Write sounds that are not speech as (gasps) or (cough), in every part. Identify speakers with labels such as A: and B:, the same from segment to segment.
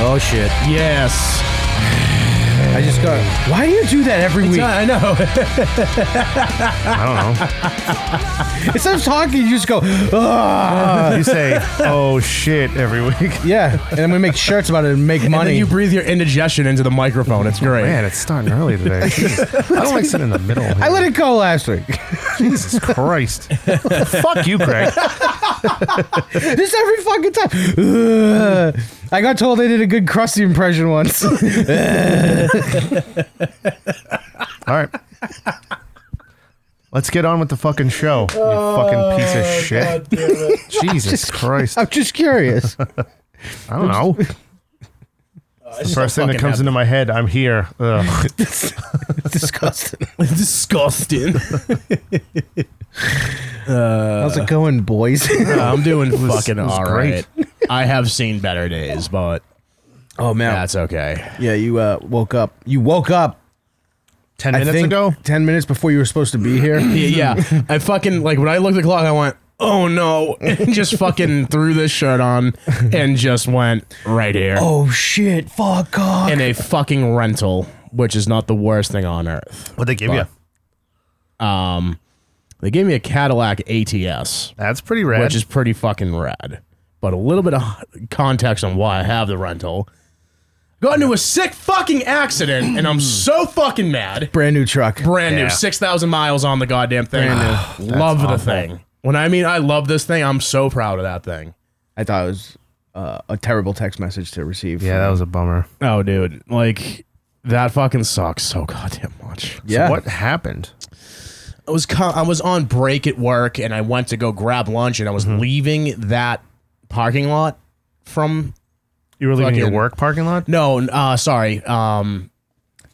A: Oh shit. Yes.
B: I just got. Why do you do that every week?
A: uh, I know.
C: I don't know.
B: Instead of talking, you just go. "Ah."
C: (laughs) You say, oh shit, every week.
B: Yeah, and then we make shirts about it and make
A: And
B: money. Oh,
A: then you breathe your indigestion into the microphone. It's great.
B: (laughs)
C: Man, it's starting early today. Jeez. I don't like sitting in the middle. Here.
B: I let it go last week.
C: Jesus
B: (laughs)
C: Christ. Fuck you, Craig.
B: this every fucking time. Ugh. I got told I did a good crusty
C: (laughs)
B: impression once. (laughs)
C: All right. Let's get on with the fucking show. You fucking piece of
B: Oh,
C: shit. Jesus Christ.
B: I'm (laughs) just curious.
C: I don't (laughs) know. Uh, It's the first thing that comes into my head. I'm here. Ugh.
B: Disgusting.
A: Disgusting.
B: How's it going, boys?
A: I'm doing fucking
C: it was
A: all right.
C: great.
B: (laughs)
A: I have seen better days, but
B: oh man,
A: that's okay.
B: yeah. You uh, woke up. You woke up.
C: (laughs) Ten
B: I
C: minutes
B: think
C: ago?
B: ten minutes before you were supposed to be here.
A: (clears throat)
B: (clears throat)
A: Yeah, yeah. I fucking like when I looked at the clock, I went, "Oh no!" (laughs) and just fucking threw this shirt on and just went right here
B: oh shit! Fuck God.
A: in a fucking rental, which is not the worst thing on earth.
C: What'd they give you?
A: Fuck. Um, they gave me a Cadillac ATS,
C: That's pretty rad.
A: which is pretty fucking rad. But a little bit of context on why I have the rental. Got into a sick fucking accident, and (clears throat) I'm so fucking mad.
B: Brand new truck.
A: brand
C: Yeah.
A: new, six thousand miles on the goddamn thing. (sighs) love the thing. When I mean I love this thing, I'm so proud of that thing.
B: I thought it was uh, a terrible text message to receive.
C: yeah, that was a bummer.
A: Oh, dude, like that fucking sucks so goddamn much.
C: So
B: yeah.
C: what happened?
A: I was co- I was on break at work, and I went to go grab lunch, and I was leaving that parking lot from
C: You were leaving your
A: Fucking-
C: work parking lot?
A: no, uh, sorry, um,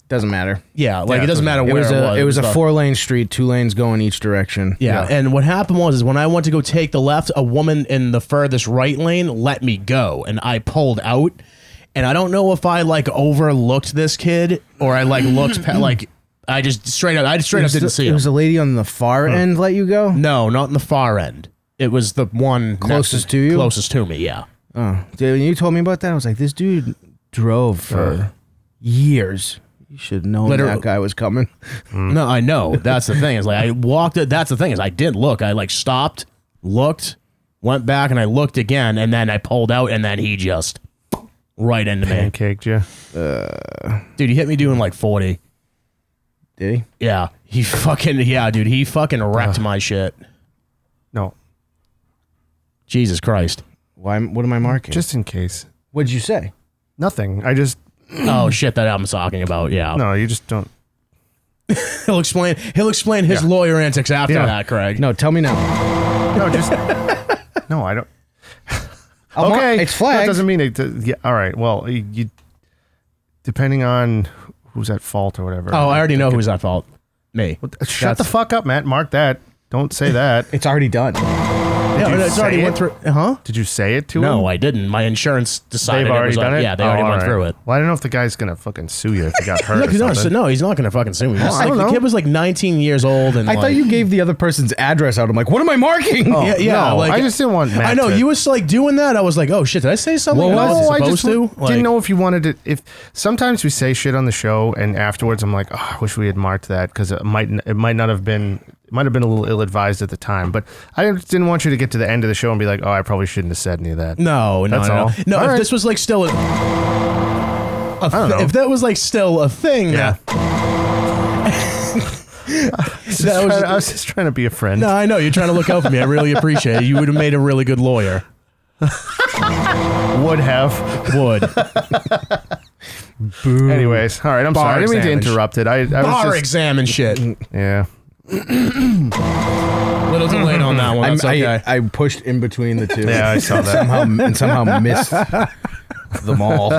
B: Doesn't matter.
A: yeah, like
C: Yeah,
A: it doesn't
C: it
A: matter
B: It
A: where
B: was a it was
A: the-
B: a four lane street, two lanes going each direction.
A: Yeah.
C: Yeah.
A: And what happened was, is when I went to go take the left, a woman in the furthest right lane let me go, and I pulled out. And I don't know if I like overlooked this kid or I like looked
B: (clears throat)
A: pa- like I just straight up, I just
B: It
A: straight up
B: was,
A: didn't
B: the,
A: see
B: it
A: him.
B: was the lady on the far end let you go.
A: no, not in the far end. It was the one
B: Closest
A: next-
B: to you?
A: Closest to me, yeah.
B: Oh, dude, when you told me about that, I was like, this dude drove for years. You should know
A: Literally-
B: that guy was coming.
A: (laughs) No, I know. That's the thing. Is like I walked. it- That's the thing. Is I did look. I like stopped, looked, went back, and I looked again, and then I pulled out, and then he just right into me.
C: (laughs) Pancaked you.
A: Dude, he hit me doing like forty.
B: Did he?
A: Yeah, he fucking yeah, dude. He fucking wrecked my shit.
C: No,
A: Jesus Christ.
B: Why? What am I marking?
C: just in case.
B: what'd you say?
C: Nothing. I just
A: oh shit, that I'm talking about. Yeah,
C: no. You just don't.
A: he'll explain. He'll explain his
C: Yeah.
A: lawyer antics after
C: Yeah.
A: that, Craig.
B: No, tell me now.
C: No, (laughs) just no. I don't.
B: I'll mar-
C: okay,
B: it's flagged.
C: That doesn't mean it. uh, Yeah. All right. Well, you, you depending on who's at fault or whatever.
A: Oh, I already know who's at fault. Me.
C: What the- Shut the fuck up, Matt. Mark that. Don't say (laughs) that.
B: it's already done.
C: Did
A: No,
C: you
A: no, it's already
C: say
A: went
C: it?
A: through. Huh?
C: Did you say it to him?
A: No, I didn't. My insurance decided.
C: They've
A: it
C: already
A: was like-
C: done it.
A: Yeah, they
C: Oh,
A: already
C: all
A: went
C: right.
A: through it.
C: Well, I don't know if the guy's gonna fucking sue you if
A: (laughs)
C: he got hurt.
A: Look,
C: or
A: he's not,
C: something.
A: no, he's not gonna fucking sue me. He's
C: I
A: like,
C: don't
A: the
C: know.
A: kid was like 19 years old, and
B: I thought
A: like-
B: you gave the other person's address out. I'm like, what am I marking?
C: Oh,
A: Yeah, yeah.
C: no,
A: like,
C: I just didn't want. Matt
A: I know
C: to,
A: you was like doing that. I was like, oh shit, did I say something?
B: What
A: I
B: was
A: wasn't
B: it?
C: I
A: supposed to.
C: w-
A: Like-
C: didn't know if you wanted to. If sometimes we say shit on the show, and afterwards I'm like, oh, I wish we had marked that because it might n- it might not have been it might have been a little ill advised at the time. But I just didn't want you to get to the end of the show and be like, oh, I probably shouldn't have said any of that.
A: No, no,
C: That's
A: no.
C: all.
A: No,
C: All
A: if
C: right.
A: this was like still a, a th-
C: don't know.
A: if that was like still a thing,
C: Yeah. (laughs)
A: yeah.
C: Just
A: (laughs) that was-
C: trying- I was just trying to be a friend.
A: No, I know you're trying to look out for me. I really appreciate it. You would have made a really good lawyer.
C: Would have. (laughs)
A: Would
C: Anyways, all right. I'm
A: Bar
C: sorry. I didn't mean to
A: examination.
C: interrupt it. I, I
A: bar
C: was just,
A: examine shit.
C: yeah.
A: Little delayed on that one.
B: I'm-
A: That's okay.
B: I, I pushed in between the two. (laughs)
C: Yeah, I saw
A: (laughs)
C: that.
B: Somehow and somehow (laughs) missed them all.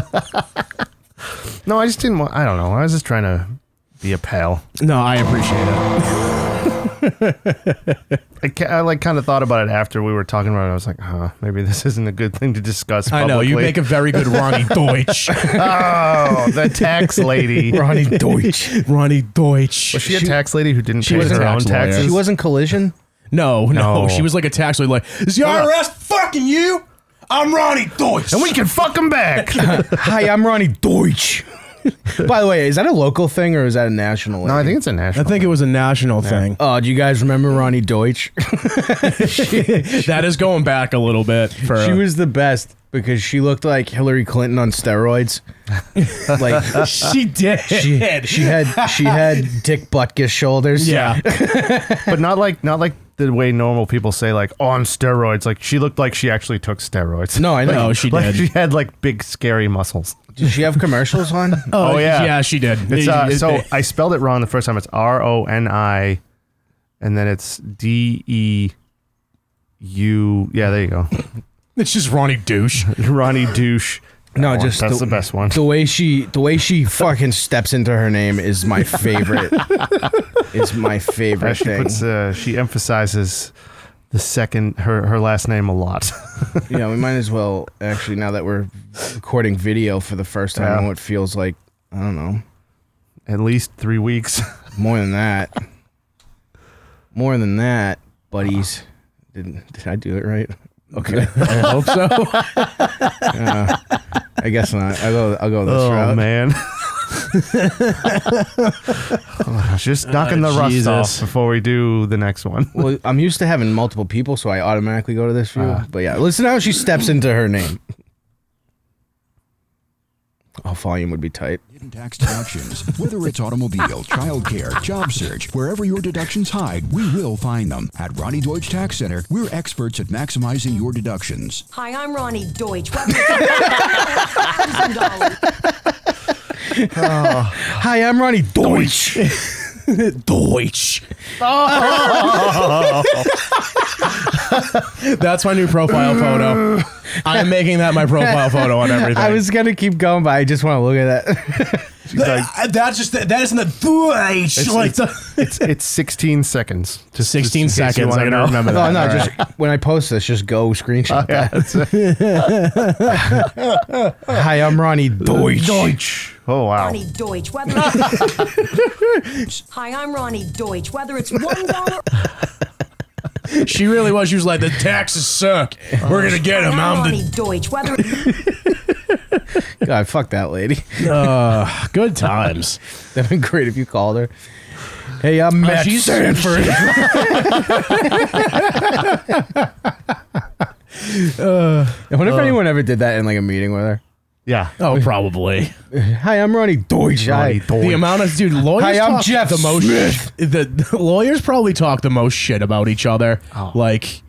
C: No, I just didn't want. I don't know. I was just trying to be a pal.
A: no, I appreciate it.
C: I, ca- I like kind of thought about it after we were talking about it. I was like, huh, maybe this isn't a good thing to discuss.
A: I
C: Publicly.
A: know you make a (laughs) very good Ronnie Deutsch.
C: (laughs) oh the
A: (laughs)
C: tax lady. Was
B: Ronnie Deutsch.
A: Ronnie Deutsch.
C: she a tax lady who didn't pay
A: was a
C: her own
A: tax lawyer.
C: taxes?
B: She wasn't collision.
A: no, no,
C: No.
A: she was like a tax lady. Like is the IRS fucking you? I'm Ronnie Deutsch.
C: and we can fuck him back.
A: (laughs)
B: Hi, I'm Ronnie Deutsch. By the way, is that a local thing or is that a national?
C: no,
B: thing?
C: I think it's a
A: I
C: national.
A: think it was a national thing.
B: Oh, do you guys remember Ronnie Deutsch?
A: That is going back a little bit. For
B: she was the best because she looked like Hillary Clinton
C: (laughs)
B: on steroids.
A: (laughs)
B: like
A: she did.
B: she, she had she had Dick Butkus
C: (laughs)
B: shoulders.
A: yeah.
C: but not like not like the way normal people say like oh on steroids. Like she looked like she actually took steroids.
B: No, I know.
A: No, she
C: (laughs) like
A: did.
C: she had like big scary muscles.
B: Did she have commercials on?
C: (laughs) Oh, yeah.
A: yeah, she did.
C: It's uh,
A: It-
C: so
A: it-
C: I spelled it wrong the first time. It's R O N I, and then it's D E U. Yeah, there you go. (laughs)
A: it's just Ronnie douche.
C: Ronnie douche.
B: No,
C: That one.
B: just
C: that's the, best one.
B: The way she the way she fucking steps into her name is my favorite. it's my
C: Uh,
B: favorite
C: she
B: thing.
C: puts uh, she emphasizes the second her her last name a lot. (laughs)
B: yeah, we might as well actually now that we're recording video for the first time
C: Yeah.
B: in what feels like I don't know
C: At least three weeks.
B: more than that, more than that, buddies. Did did I do it right? Okay,
A: I hope (laughs) so.
B: I guess not. I'll go. I'll go this
C: oh
B: route.
C: man. Oh, Just knocking the rust
A: Jesus.
C: off before we do the next one.
B: Well, I'm used to having multiple people, so I automatically go to this view.
C: Ah.
B: but yeah, listen to how she steps into her name. Oh, volume would be tight.
D: Hidden tax deductions, whether it's automobile, childcare, job search, wherever your deductions hide, we will find them. At Ronnie Deutsch Tax Center, we're experts at maximizing your deductions.
E: Hi, I'm Ronnie Deutsch. Welcome to-
B: Hi, I'm Ronnie Deutsch.
A: (laughs) Deutsch.
C: Oh.
A: (laughs) That's my new profile photo. I'm making that my profile photo (laughs) on everything.
B: I was gonna keep going, but I just want to
C: (laughs)
B: look at that.
A: That- that's just that isn't the Deutsch. like the-
C: It's it's 16 seconds. Just
A: 16
C: just in case you
A: seconds,
C: wanna
A: I know. Oh,
C: remember that.
B: No, no,
C: All right.
B: just when I post this, just go screenshot.
C: yeah. that's it.
B: (laughs)
C: (laughs)
B: Hi, I'm Ronnie Deutsch.
C: Deutsch. Oh wow.
E: Ronnie Deutsch. Whether Hi, I'm Ronnie Deutsch. Whether it's one dollar,
A: she really was. She was like, the taxes suck. We're gonna get him.
E: I'm
A: I'm
E: Ronnie
A: the
E: Deutsch. Whether
B: God, fuck that lady.
A: good times.
B: (laughs) That'd been great if you called her. Hey, I'm Matt
A: she's-
B: Sanford. (laughs) I wonder if anyone ever did that in like a meeting with her.
C: Yeah.
A: Oh, probably.
B: Hi, I'm Ronnie Deutsch.
C: Ronnie
B: Hi.
A: The
C: Deutsch.
A: amount of dude lawyers
B: Hi, I'm
A: talk
B: Jeff
A: the most The, the lawyers probably talk the most shit about each other. Like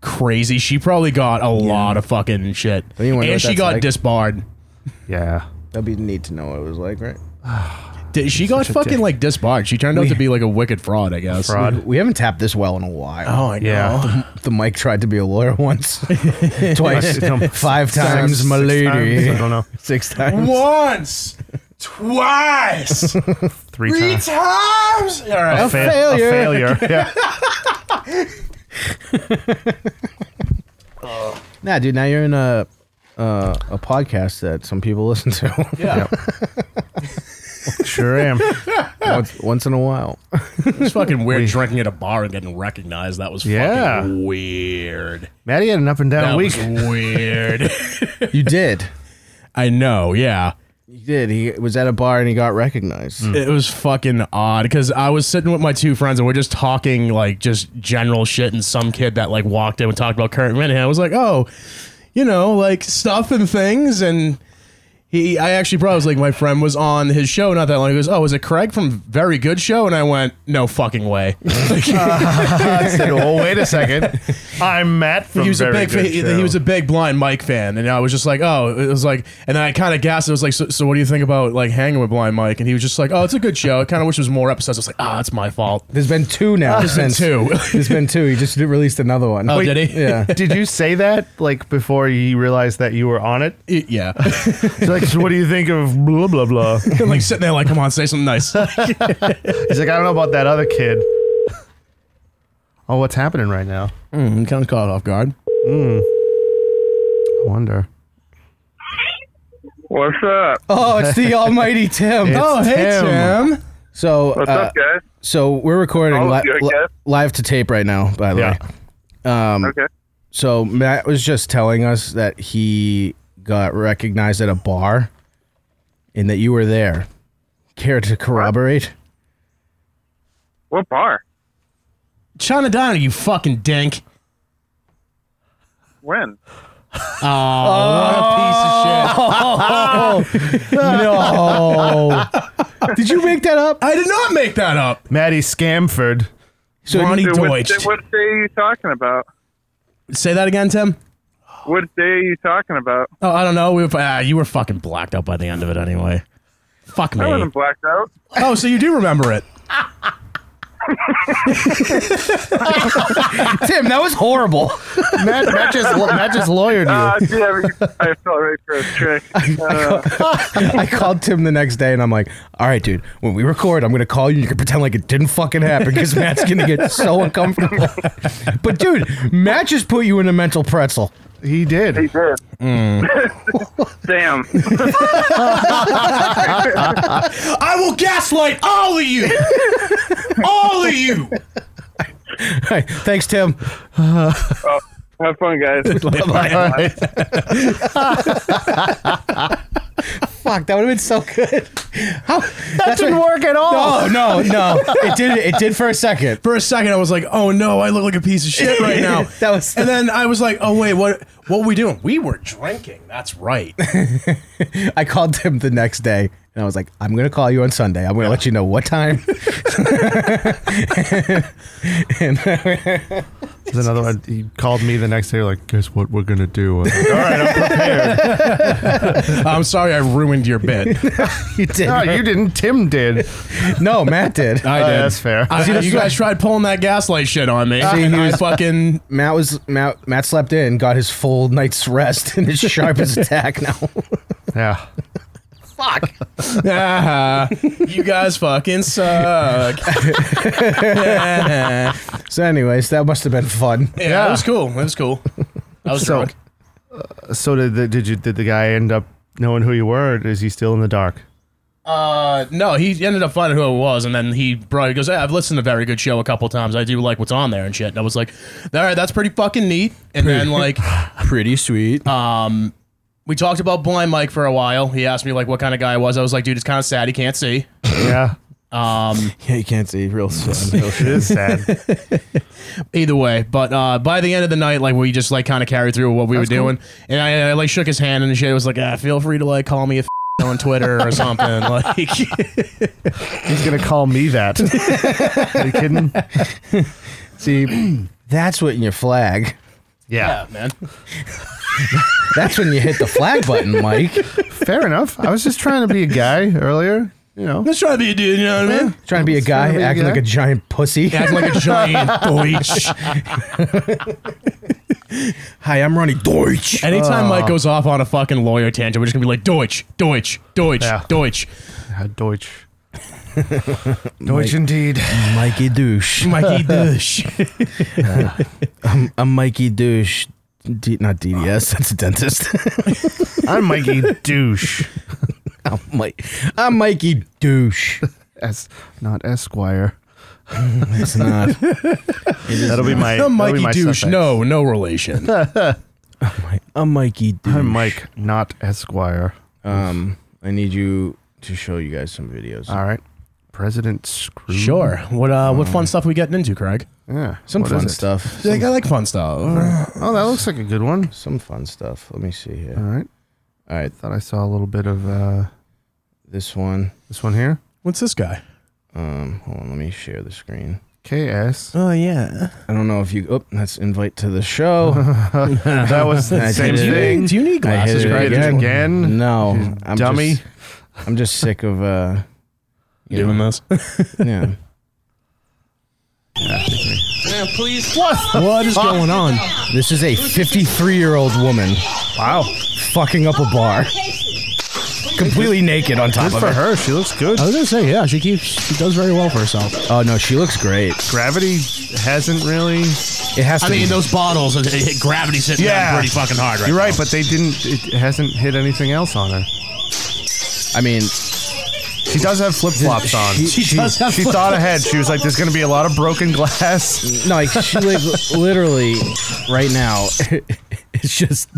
A: crazy. She probably got a lot of fucking shit.
B: you wonder
A: And
B: what
A: she
B: that's
A: got
B: like?
A: disbarred.
C: Yeah.
B: That'd be neat to know what it was like, right?
A: Did, she got fucking
C: dick.
A: like disbarred. She turned out to be like a wicked fraud, I guess.
C: Fraud.
B: We haven't tapped this well in a while.
A: Oh, I know.
C: (laughs) Yeah.
B: The mic tried to be a lawyer once, twice,
A: (laughs)
C: No,
B: (laughs) five
C: six
B: times, my
C: six
B: lady.
C: times, I don't know.
B: (laughs) Six times.
A: Once, twice,
C: Three, times.
A: times. All right.
C: Fa-
B: failure.
C: A
A: (laughs)
C: failure. Yeah.
B: Nah, dude. Now you're in a uh, a podcast that some people listen to
A: Yeah.
C: Sure am.
B: (laughs) once, once in a while.
A: It's fucking weird drinking at a bar and getting recognized. That was
C: Yeah.
A: fucking weird.
C: Maddie had an up and down
A: That
C: week.
A: was
C: (laughs)
A: weird.
B: You did.
A: I know. Yeah.
B: He did. He was at a bar and he got recognized.
A: It was fucking odd because I was sitting with my two friends and we're just talking like just general shit. And some kid that like walked in and talked about current event, and I was like, oh, you know, like stuff and things. And he, I actually brought, I was like, my friend was on his show not that long ago. He goes, oh, is it Craig from Very Good Show? And I went, no fucking way. Like,
C: I said, "Oh, wait a second. (laughs) I'm Matt (laughs) from
A: he was a
C: Very
A: big
C: Good
A: fan, he,
C: Show.
A: he was a big blind Mike fan, and I was just like, oh, it was like, and then I kind of gasped. It was like, so, so what do you think about like hanging with blind Mike? And he was just like, oh, it's a good show. I kind of wish there was more episodes. I was like, ah, it's my fault.
B: There's been two now.
A: There's been
B: since-
A: two.
B: (laughs) There's been two. He just released another one.
A: Oh,
C: (laughs)
A: did he? (laughs)
B: Yeah.
C: Did you say that like before you realized that you were on it?
A: Y- yeah.
C: He's like, so what do you think of blah blah blah? He's
A: (laughs) I'm like sitting there, like, come on, say something (laughs) nice.
C: like, I don't know about that other kid. (laughs) Oh, what's happening right now?
A: I'm kind of Hmm, caught off guard.
C: I wonder.
F: What's up?
B: Oh, it's
A: (laughs)
B: the Almighty Tim.
C: It's
B: oh, hey
C: Tim.
B: Tim. So,
F: What's
B: uh,
F: up, guys?
B: so we're recording
F: Oh,
B: li-
F: you're a
B: li-
F: guest?
B: live to tape right now. By the
C: Yeah.
B: way, um,
F: Okay.
B: So Matt was just telling us that he got recognized at a bar, and that you were there. Care to corroborate?
F: What bar?
A: China Donna, you fucking dink.
F: When?
B: Oh.
A: (laughs)
B: (laughs) No. Did you make that up?
A: I did not make that up.
C: Maddie Scamford.
B: So
A: Ronnie
F: Dude, what,
A: Deutsch.
F: day- what day are you talking about?
A: Say that again, Tim.
F: What day are you talking about?
A: Oh, I don't know. We were, ah, you were fucking blacked out by the end of it anyway. Fuck
F: I wasn't
A: me.
F: blacked out.
A: Oh, so you do remember it.
B: Tim, that was (laughs) horrible.
C: Matt, Matt, just, Matt just lawyered you.
F: Uh, yeah, I felt right for a trick. Uh,
B: (laughs) I called Tim the next day and I'm like, all right, dude, when we record, I'm going to call you and you can pretend like it didn't fucking happen (laughs) because Matt's going to get so uncomfortable. (laughs) but, dude, Matt just put you in a mental pretzel.
C: he did.
F: he did. (laughs) Damn.
A: I will gaslight all of you. all of you.
B: (laughs) Hey, thanks, Tim.
F: Have fun, guys.
B: Fuck, that would have been so good. How, that
C: didn't work
A: (laughs)
C: at all.
B: Oh, No, no, no. It did. It did for a second.
A: For a second, I was like, "Oh no, I look like a piece of shit
B: (laughs)
A: right now."
B: That was-
A: and then I was like, "Oh wait, what? What were we doing? We were drinking. That's
B: (laughs)
A: right."
B: I called Tim the next day and I was like, I'm going to call you on Sunday. I'm going to let you know what time. (laughs)
C: There's another (laughs) one. He called me the next day, like, guess what we're going to do? uh, I was like, all right, I'm prepared.
A: I'm sorry, I ruined your
B: (laughs)
A: bit.
C: (laughs)
B: You did.
C: no, Oh, you didn't. Tim did.
B: No, Matt did.
A: I
C: Oh,
A: did.
C: that's fair.
A: I-
B: See, that's
A: Uh, you
B: what-
A: guys tried pulling that gaslight shit on me, and
B: he
A: I
B: was- (laughs)
A: fucking (laughs)
B: Matt was Matt, Matt slept in, got his full night's rest, and is sharp (laughs) as a tack now.
C: Yeah.
A: Ah, you guys fucking
B: (laughs)
A: suck. yeah.
B: so, anyways, that must have been fun.
A: it was cool. It was cool. I was
C: So-
A: drunk.
C: So did the, did you did the guy end up knowing who you were? Or is he still in the dark?
A: Uh, no, he ended up finding who it was, and then he brought. He goes, hey, "I've listened to very good show a couple times. I do like what's on there and shit." And I was like, "All right, that's pretty fucking neat." And then (laughs) like, um,
B: Pretty sweet.
A: we talked about blind Mike for a while. He asked me like what kind of guy I was. I was like, "Dude, it's kind of sad. He can't see."
C: Yeah.
B: yeah, you can't see (laughs) real soon.
C: It is sad.
A: Either way, but uh, by the end of the night, like we just like kind of carried through what we were doing, and I, I like shook his hand and shit. It was like, ah, "Feel free to like call me a." (laughs) on Twitter or something (laughs) like
C: He's going to call me that. (laughs) Are you kidding? See,
B: That's when your flag.
C: yeah.
A: man.
B: That's when you hit the flag button, Mike.
C: Fair enough. I was just trying to be a guy earlier. You know,
A: Let's try to be a dude, you know what I mean?
B: Trying to be a
C: Trying
B: guy,
C: to be a
B: acting
C: guy.
B: like a giant pussy.
A: Act like a giant (laughs) Deutsch.
B: Hi, I'm Ronnie Deutsch.
A: Anytime
C: Oh.
A: Mike goes off on a fucking lawyer tangent, we're just gonna be like Deutsch, Deutsch, Deutsch,
C: Yeah. (laughs)
A: Deutsch.
C: Yeah, Deutsch. (laughs) Deutsch indeed.
B: Mikey douche.
A: Mikey Deutsch.
B: I'm Mikey douche. D- not DDS. That's a
C: (laughs)
B: dentist. (laughs)
C: I'm Mikey Douche.
B: I'm Mike. I'm Mikey douche.
C: Es, not Esquire.
B: It's (laughs) not.
C: That'll (laughs) be my.
A: No
C: that'll be
A: Mikey
C: my
A: Douche.
C: suffix.
A: No, no relation.
C: (laughs)
B: I'm Mikey douche.
C: I'm Mike, not Esquire.
B: Um, I need you to show you guys some videos.
C: All right. President Scrooge.
A: sure. What uh, what fun stuff we getting into, Craig?
C: Yeah.
B: some
C: what
B: fun
C: is it?
B: stuff.
A: I like fun stuff.
C: Oh, that looks like a good one.
B: Some fun stuff. Let me see here.
C: All right.
B: All right,
C: Thought I saw a little bit of uh,
B: this one.
C: this one here.
A: What's this guy?
B: Um, hold on. Let me share the screen.
C: KS.
A: Oh yeah.
B: I don't know if you. Oh, that's invite to the show.
C: That was the
B: (laughs) I
C: same
B: did it.
C: thing.
A: Do you need
B: I
A: glasses,
B: hit it
A: Craig?
B: again.
C: again?
B: No, I'm
C: Dummy.
B: Just, I'm just sick of. uh you
A: Doing
B: know,
A: this.
B: (laughs) Yeah.
A: what is going on?
B: This is a 53 year old woman. Wow. Fucking up a bar. Completely naked on top
C: Good
B: of
C: for
B: it.
C: her. She looks good.
A: I was gonna say, yeah, she keeps she does very well for herself.
B: Oh no, she looks great.
C: Gravity hasn't really.
B: It has to.
A: I mean,
B: be.
A: those bottles, it- it- gravity's hitting
C: Yeah.
A: them pretty fucking hard right
C: You're right, but they didn't. It hasn't hit anything else on her.
B: I mean,
C: She does have flip flops on.
A: She does have
C: She
A: flip-
C: thought ahead. She was like, "There's going to be a lot of broken glass." (laughs)
B: No, like, she like literally right now. (laughs) It's just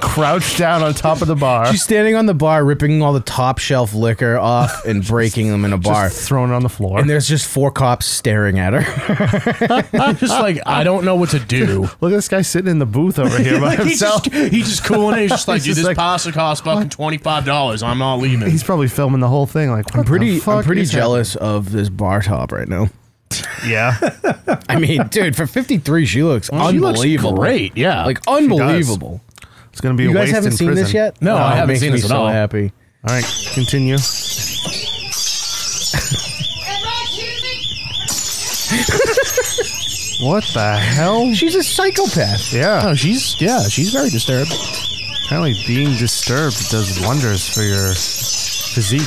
C: Crouched down on top of the bar,
B: she's standing on the bar, ripping all the top shelf
A: (laughs)
B: liquor off and breaking them in a bar.
C: just thrown on the floor.
B: And there's just four cops staring at her.
A: (laughs) I'm just like I don't know what to
C: (laughs)
A: do.
C: Look at this guy sitting in the booth
B: (laughs)
C: over here by
A: He's
C: himself. (laughs)
A: just, he's just cooling it. He's just like,
C: He's
A: dude,
C: just
A: this
C: like-
A: pasta costs fucking twenty five dollars. I'm not leaving.
C: He's probably filming the whole thing. Like,
B: I'm
C: what the
B: pretty, I'm
C: fuck
B: pretty
C: is
B: jealous of this bar top right now.
C: happening? (laughs) Yeah,
A: (laughs)
B: I mean, dude, for 53, she looks
A: she looks
B: unbelievable.
A: great, yeah.
B: like unbelievable.
C: it's going to be.
B: You
C: a
B: guys
C: waste
B: haven't
C: in
B: seen
C: prison.
B: this yet?
A: No, I
B: it
A: haven't
B: makes
A: seen
B: me
A: this at
B: so
A: all.
B: Happy.
C: All right, continue. (laughs) What the hell?
B: She's a psychopath.
C: Yeah,
A: oh, she's yeah, she's very disturbed.
C: apparently being disturbed does wonders for your physique.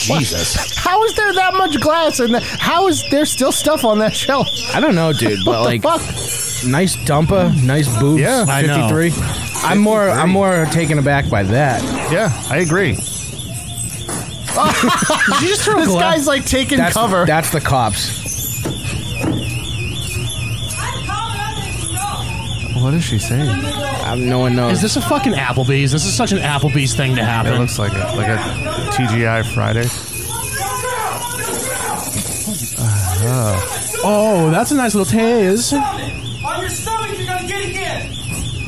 A: Jesus,
C: How is there that much glass and how is there still stuff on that (laughs) shelf?
B: I don't know,
A: (laughs)
B: dude, but like, nice dumper, nice boobs.
C: Yeah, I
A: know.
B: 53. I'm more, I'm more taken aback by that.
C: Yeah, I agree.
A: she just threw
C: This
A: glass.
C: guy's like taking
B: That's
C: cover.
B: That's the cops.
C: what is she saying?
B: Um, no one knows.
A: Is this a fucking Applebee's? This is such an Applebee's thing to
C: It
A: happen.
C: looks like a, like a TGI Friday.
A: oh, that's a nice little tears.
G: On your stomach, you're gonna get again.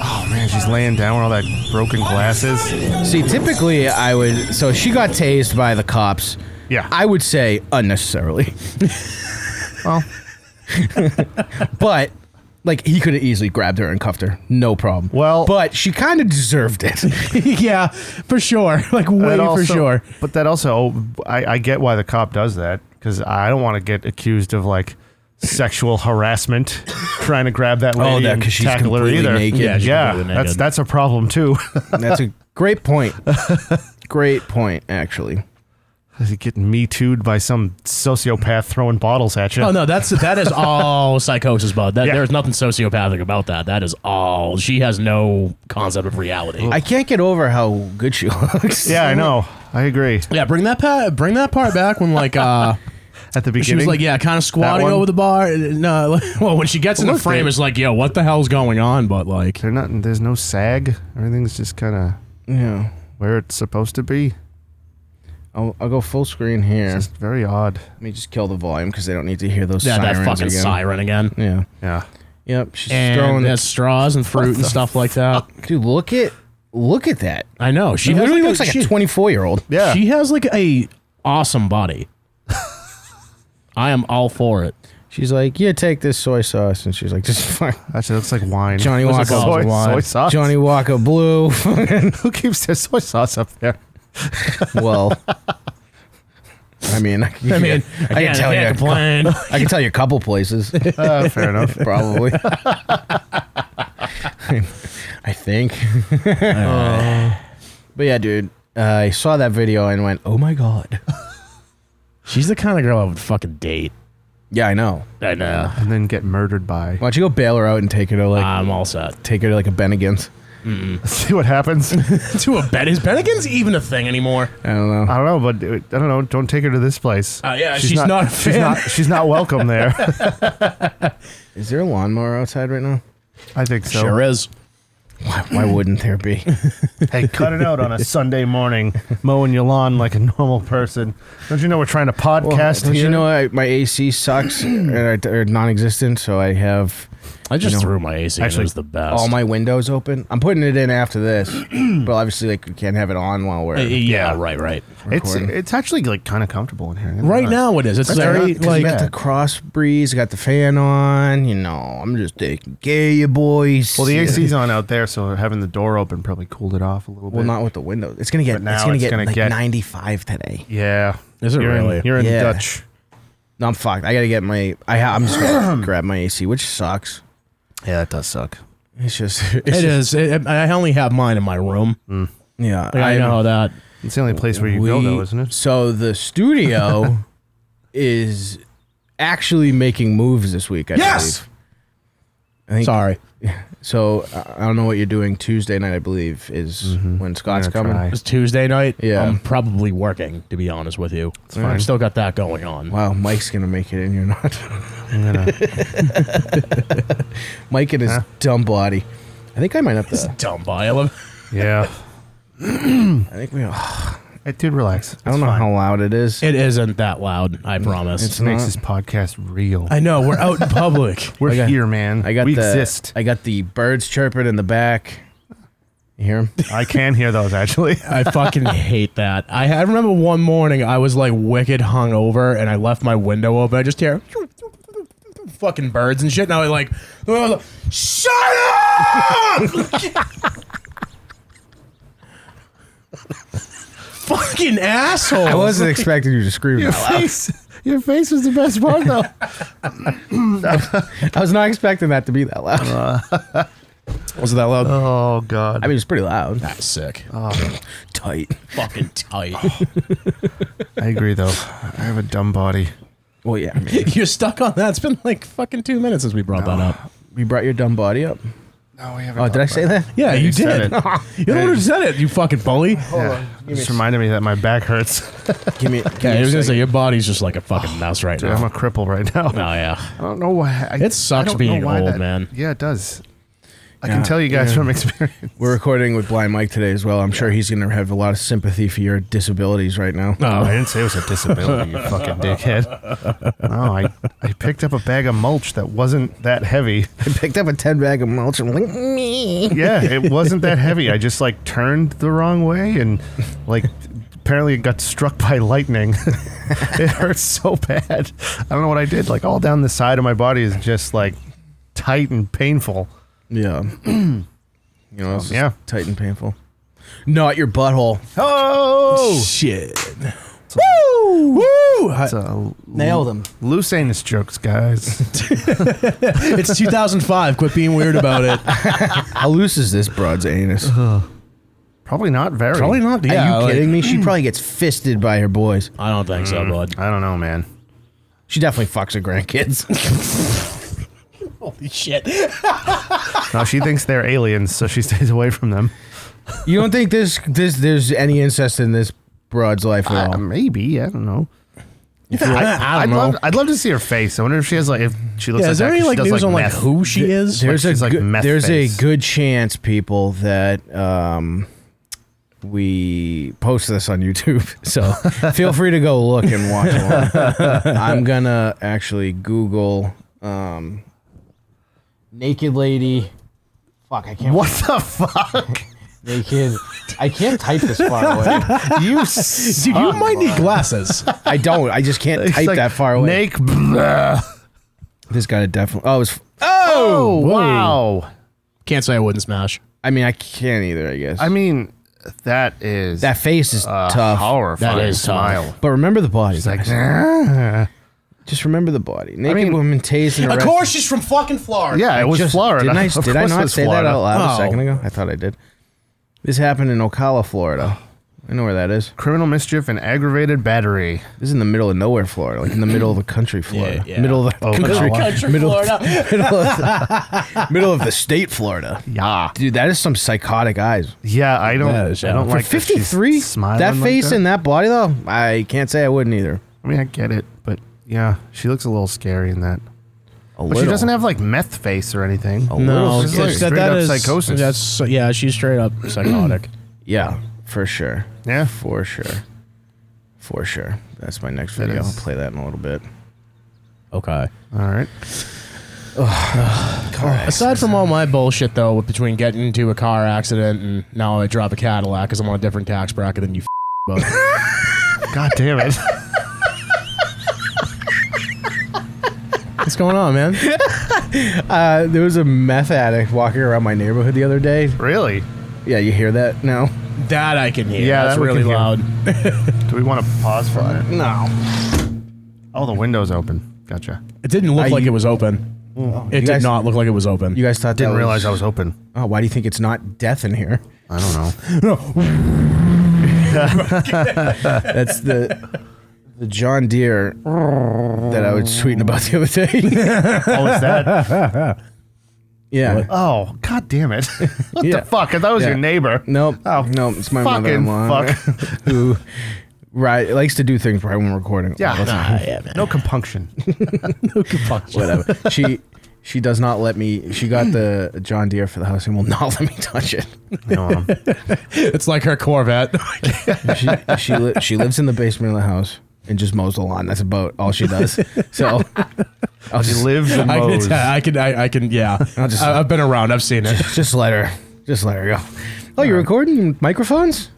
C: Oh man, she's laying down with all that broken glasses.
B: See, typically I would. So she got tased by the cops.
C: Yeah.
B: I would say
A: (laughs)
B: unnecessarily.
C: Well.
B: (laughs) but like he could have easily grabbed her and cuffed her, no problem.
C: Well-
B: but she kind of deserved it.
A: (laughs) yeah, for sure. Like way
C: That
A: for
C: also-
A: sure.
C: But that also, oh, I, I get why the cop does that because I don't want to get accused of like sexual harassment, (laughs) trying to grab that
B: Oh,
C: lady
B: that-
C: and
B: 'cause she's
C: tackle her
B: completely
C: either.
B: naked. Yeah,
C: Yeah,
A: she's
C: yeah
A: completely
C: that's
A: naked.
C: that's a problem too. (laughs)
A: (laughs)
B: That's a great point. Great point, actually.
C: Is he getting me too'd by some sociopath throwing bottles at you.
A: Oh no, that's that is (laughs) all psychosis, bud. That
C: Yeah.
A: there's nothing sociopathic about that. That is all. She has no concept of reality.
B: I can't get over how good she (laughs) looks.
C: Yeah, I know. I agree.
A: yeah, bring that pa- bring that part back when like uh
C: At the beginning,
A: she was like yeah, kind of squatting
C: one?
A: over the bar. Uh, No, (laughs) well when she gets in the
C: Look,
A: frame,
C: they-
A: it's like yo, what the hell's going on? But like
C: They're not. There's no sag. Everything's just kind of
B: Yeah.
C: where it's supposed to be.
B: I'll, I'll go full screen here.
C: It's very odd.
B: Let me just kill the volume because they don't need to hear those
A: yeah,
B: sirens
A: that fucking
B: again.
A: siren again.
B: Yeah.
C: Yeah.
B: Yep. She's
A: And
B: throwing
A: there's straws and fruit and stuff like that.
B: Dude, look at look at that.
A: I know. She
B: She
A: has,
B: literally
A: like,
B: looks like
A: she-
B: a 24 year old.
C: Yeah.
A: She has like a awesome (laughs) body. I am all for it.
B: She's like, yeah, take this soy sauce, and she's like, just fuck
C: Actually, it looks like wine.
B: (laughs) Johnny
C: What's it
B: Walker
C: called? soy,
B: Blue.
C: soy sauce.
B: Johnny Walker
C: (laughs)
B: Blue.
C: Who keeps their soy sauce up there?
B: (laughs) (laughs) well, I mean, I,
A: I mean,
B: I can tell you, a cou-
A: complain. (laughs)
B: I can tell you a couple places,
C: (laughs) Uh, fair enough. (laughs)
B: probably. I think. but yeah, dude, uh, I saw that video and went, oh my god. (laughs)
A: She's the kind of girl I would fucking date.
B: Yeah, I know.
A: I know.
C: And then get murdered by.
B: Why don't you go bail her out and take her to like
C: Ah.
A: I'm all set.
B: take her to like a Bennigan's?
C: (laughs) See what (laughs) happens. I
A: (laughs) to a bed. Is Bennigan's even a thing anymore?
B: I don't know.
C: don't know, but it- I don't know. Don't take her to this place.
A: Uh, yeah, she's not a
C: she's
A: fan.
C: not. She's not welcome there. (laughs)
B: Is there a lawnmower outside right now?
C: I think so.
A: Sure is.
B: Why wouldn't
C: (laughs)
B: there be?
C: Hey, cut it out on a Sunday morning, mowing your lawn like a normal person. Don't you know we're trying to podcast
B: Don't
C: here?
B: you know I, my AC sucks or, or non-existent, so I have
A: I just
B: You know,
A: threw my AC. Actually, it
C: actually,
A: was the best.
B: all my windows open. I'm putting it in after this, but obviously like we can't have it on while we're.
A: Uh, yeah,
C: Yeah.
A: right, right.
C: it's
B: recording.
C: it's actually like kind of comfortable in here.
A: Right now it is. It's very
C: not too
A: like
B: got the cross breeze, got the fan on. You know, I'm just taking care of you boys.
C: Well, the
B: Yeah.
C: AC's on out there, so having the door open probably cooled it off a little bit.
B: Well, not with the windows. It's gonna get.
C: But now
B: It's gonna
C: it's
B: get
C: gonna
B: like
C: get-
B: 95 today.
C: Yeah.
A: Is it
C: you're in-
A: really?
C: you're in
B: Yeah.
C: Dutch.
B: No, I'm fucked. I gotta get my. I ha- I'm just
C: (clears throat)
B: gonna grab my AC, which sucks.
C: Yeah, that does suck.
B: It's just. (laughs) It's
A: it
B: just-
A: is. It- I only have mine in my room.
B: Yeah,
A: Like, I
B: I'm-
A: know that.
C: It's the only place where you go,
B: We-
C: though, isn't it?
B: So
C: (laughs)
B: the studio is actually making moves this week. I
C: Yes!
B: believe. think-
A: Sorry.
B: So I I don't know what you're doing Tuesday night. I believe is
C: Mm-hmm.
B: when Scott's
C: I'm gonna
B: coming.
C: try.
A: It's Tuesday night.
B: Yeah.
A: I'm probably working, to be honest with you.
C: fine.
A: I've still got that going on.
B: Wow, Mike's gonna make it, and you're not. (laughs) Mike and his dumb body. I think I might have to.
A: Dumb by him.
C: Yeah.
B: I think we. I
C: (laughs) Hey, dude, relax. It's
B: don't know
C: fine.
B: how loud it is.
A: It isn't that loud, I promise.
B: It's
C: This makes
B: not-
C: this podcast real.
A: I know, we're
B: (laughs)
A: out in public.
C: We're
B: I got-
C: here, man.
B: I got
C: we
B: the.
C: exist.
B: I got the birds chirping in the back. You hear them?
C: I can hear those (laughs) actually.
A: I fucking hate that. I, I remember one morning I was like wicked hungover and I left my window open. I just hear fucking birds and shit. And I was like, shut up! (laughs) fucking asshole.
B: I wasn't expecting you to
C: (laughs)
B: scream. that loud.
C: face, your face was the best part though.
B: I was not expecting that to be that loud. (laughs)
A: Was it that loud?
C: (laughs) oh god.
B: I mean, it's pretty loud.
A: That's sick.
B: Oh. Tight.
A: Fucking tight.
C: I agree though. I have a dumb body.
B: Well, yeah. I mean,
A: You're stuck on that. It's been like fucking two minutes since we brought that
B: (sighs)
A: up.
B: we brought your dumb body up.
C: No, we have.
B: Oh, did I say that?
A: Yeah, (laughs) you,
C: said
A: did. You're the one who said it, you fucking bully.
C: Just reminded me that my back (laughs) hurts.
B: Give me. Give me
A: Yeah,
B: a
A: I was gonna
B: second.
A: say your body's just like a fucking mouse right
C: Dude,
A: now.
C: I'm a cripple right now.
A: oh yeah.
C: I don't know why. I,
A: It sucks
C: I don't
A: being
C: know why
A: old,
C: that-
A: man.
C: Yeah, it does. I
B: Yeah.
C: can tell you guys from experience.
B: We're recording with Blind Mike today as well. I'm sure he's going to have a lot of sympathy for your disabilities right now.
A: Oh,
C: I didn't say it was a disability, you fucking dickhead. No, I, I picked up a bag of mulch that wasn't that heavy. (laughs)
B: (laughs) I picked up a 10 bag of mulch and like, me.
C: Yeah, it wasn't that heavy. I just like turned the wrong way and like apparently it got struck by lightning. (laughs) it hurts so bad. I don't know what I did. Like all down the side of my body is just like tight and painful.
B: Yeah. (clears throat) you know, it's
C: Yeah.
B: Oh, yeah. tight and painful. Not your butthole.
C: Oh,
A: shit. Woo! Woo!
C: it's a
B: Nailed him.
C: loose anus jokes, guys.
A: It's 2005. Quit being weird about
C: (laughs)
A: it.
B: How loose is this broad's anus?
C: Probably not very.
A: not.
B: Are you kidding me? She probably gets fisted by her boys.
A: I don't think so, bud.
C: I don't know, man.
B: She definitely fucks her grandkids.
A: Holy shit.
C: No, she thinks they're aliens, so she stays away from them.
B: you don't think this, this there's any incest in this broad's life at all?
C: Uh, maybe I don't know.
A: I,
C: I'd
A: don't know.
C: love, I'd love to see her face. I wonder if she has like if she looks
A: yeah,
C: like
A: is
C: that,
A: there any
C: 'cause she
A: like
C: does,
A: news on like
C: meth.
A: who she is?
B: there's
C: Like,
B: a
C: she's like
B: good,
C: meth
B: there's
C: face.
B: a good chance people that um we post this on YouTube.
C: (laughs)
B: (laughs) So feel free to go look and watch along. I'm gonna actually Google um naked lady. Fuck, I can't. (laughs)
C: What the fuck?
B: Naked. I can't type this far away.
C: (laughs) You (laughs)
A: Dude, you might need glasses.
B: I don't. I just can't type that far away.
C: Nake.
B: this guy definitely. Oh, it's.
C: Oh, wow.
A: Can't say I wouldn't smash.
B: I mean, I can't either. I guess.
C: I mean, that is
B: that face is
C: a
B: tough.
C: horrifying
A: That is tough.
C: smile.
B: But remember the body.
C: It's like
B: guys. Just remember the body. Naked
C: mean-
B: woman tased and
A: Of
B: arrested.
A: course, she's from fucking Florida.
C: yeah,
B: I
C: it was
B: just-
C: Florida.
B: Didn't I,
C: (laughs) Of
B: did I
C: course it
B: not
C: was
B: say
C: Florida.
B: that out loud
A: Oh.
B: a second ago? I thought I did. This happened in Ocala, Florida. I know where that is.
C: Criminal mischief and aggravated battery.
B: This is in the middle of nowhere, Florida, like in the middle of the country, Florida,
A: yeah.
B: middle of the
C: Oh,
B: country,
C: Ocala.
A: Country
B: middle,
A: Florida.
B: (laughs) middle of the, (laughs) middle of the state, Florida.
C: Yeah,
B: Dude, that is some psychotic eyes.
C: yeah. I don't.
A: That is-
C: I don't
A: For
C: like
B: For fifty three,
C: Smiling
B: that
C: like
B: face
C: that.
B: and that body though, I can't say I wouldn't either.
C: I mean, I get it, but yeah, she looks a little scary in that.
B: A
C: But she doesn't have like meth face or anything. (laughs) Oh,
A: No,
C: This is like
A: it's- that,
C: straight
A: that
C: up
A: is
C: psychosis.
A: That's yeah, she's straight
C: (clears throat)
A: up psychotic.
B: Yeah, for sure.
C: yeah.
B: For sure. For sure. That's my next
C: That
B: video.
C: is-
B: I'll play that in a little bit.
A: okay.
C: All right.
A: Aside from all my bullshit, though, with between getting into a car accident and now I drive a Cadillac because I'm on a different tax bracket than you. F- but
C: God damn it. (laughs)
A: what's going on,
C: (laughs)
A: man?
B: Uh, there was a meth addict walking around my neighborhood the other day.
C: really?
B: Yeah, you hear that now?
A: That I can hear.
C: Yeah,
A: that's
C: that we
A: really
C: can hear.
A: loud.
C: Do we want to pause for a minute?
B: No.
C: Oh, the window's open. Gotcha.
A: It didn't look
B: Are
A: like
B: you- Oh,
A: it was open. it did
B: guys-
A: not look like it was open.
B: You guys thought
C: Didn't
B: that
C: realize I
B: was,
C: was open.
B: Oh, why do you think it's not death in here?
C: I don't know. (laughs)
B: That's the the John Deere that I was tweeting about the other day.
C: Oh, is that?
B: (laughs) Yeah.
C: Oh, god damn it. (laughs) what
B: Yeah.
C: the fuck? I thought it was
B: Yeah.
C: your neighbor.
B: Nope.
C: Oh,
B: nope. It's my
C: fucking
B: mother-in-law
C: fuck.
B: (laughs) who right likes to do things right when we're recording.
C: Yeah.
B: That's
A: Ah, yeah, man.
C: No compunction.
B: (laughs) whatever. she she does not let me. She got the John Deere for the house and will not (laughs) let me touch it.
C: No,
A: It's like her Corvette.
B: She she, li- she lives in the basement of the house and just mows the lawn. That's about all she does. (laughs) So I'll
C: she
B: just
C: lives and
A: I can,
C: mows.
A: tell, (laughs) I can, I, I can, yeah.
B: I'll just-
A: I, I've been around. I've seen it.
B: just let her just let her go. Oh, you're recording microphones?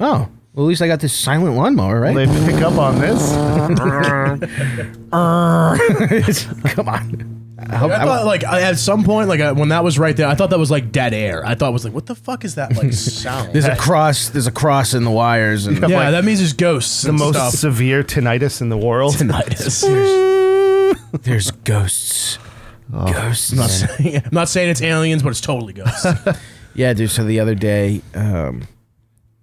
B: Oh, well at least I got this silent lawnmower, right?
C: They pick up on this.
B: (laughs) Come on. I hope-
A: I
B: I-
A: thought, like, I- at some point, like, I, when that was right there, I thought that was like dead air. I thought it was like, what the fuck is that (laughs) like sound?
B: there's a cross. There's a cross in the wires. And
A: yeah,
C: like,
A: that means it's ghosts.
C: The
A: and
C: most
A: stuff.
C: severe tinnitus in the world.
A: tinnitus.
B: There's ghosts.
A: (laughs)
B: Ghosts.
A: I'm not saying- I'm not saying it's aliens, but it's totally ghosts.
B: Yeah, dude. So the other day, um,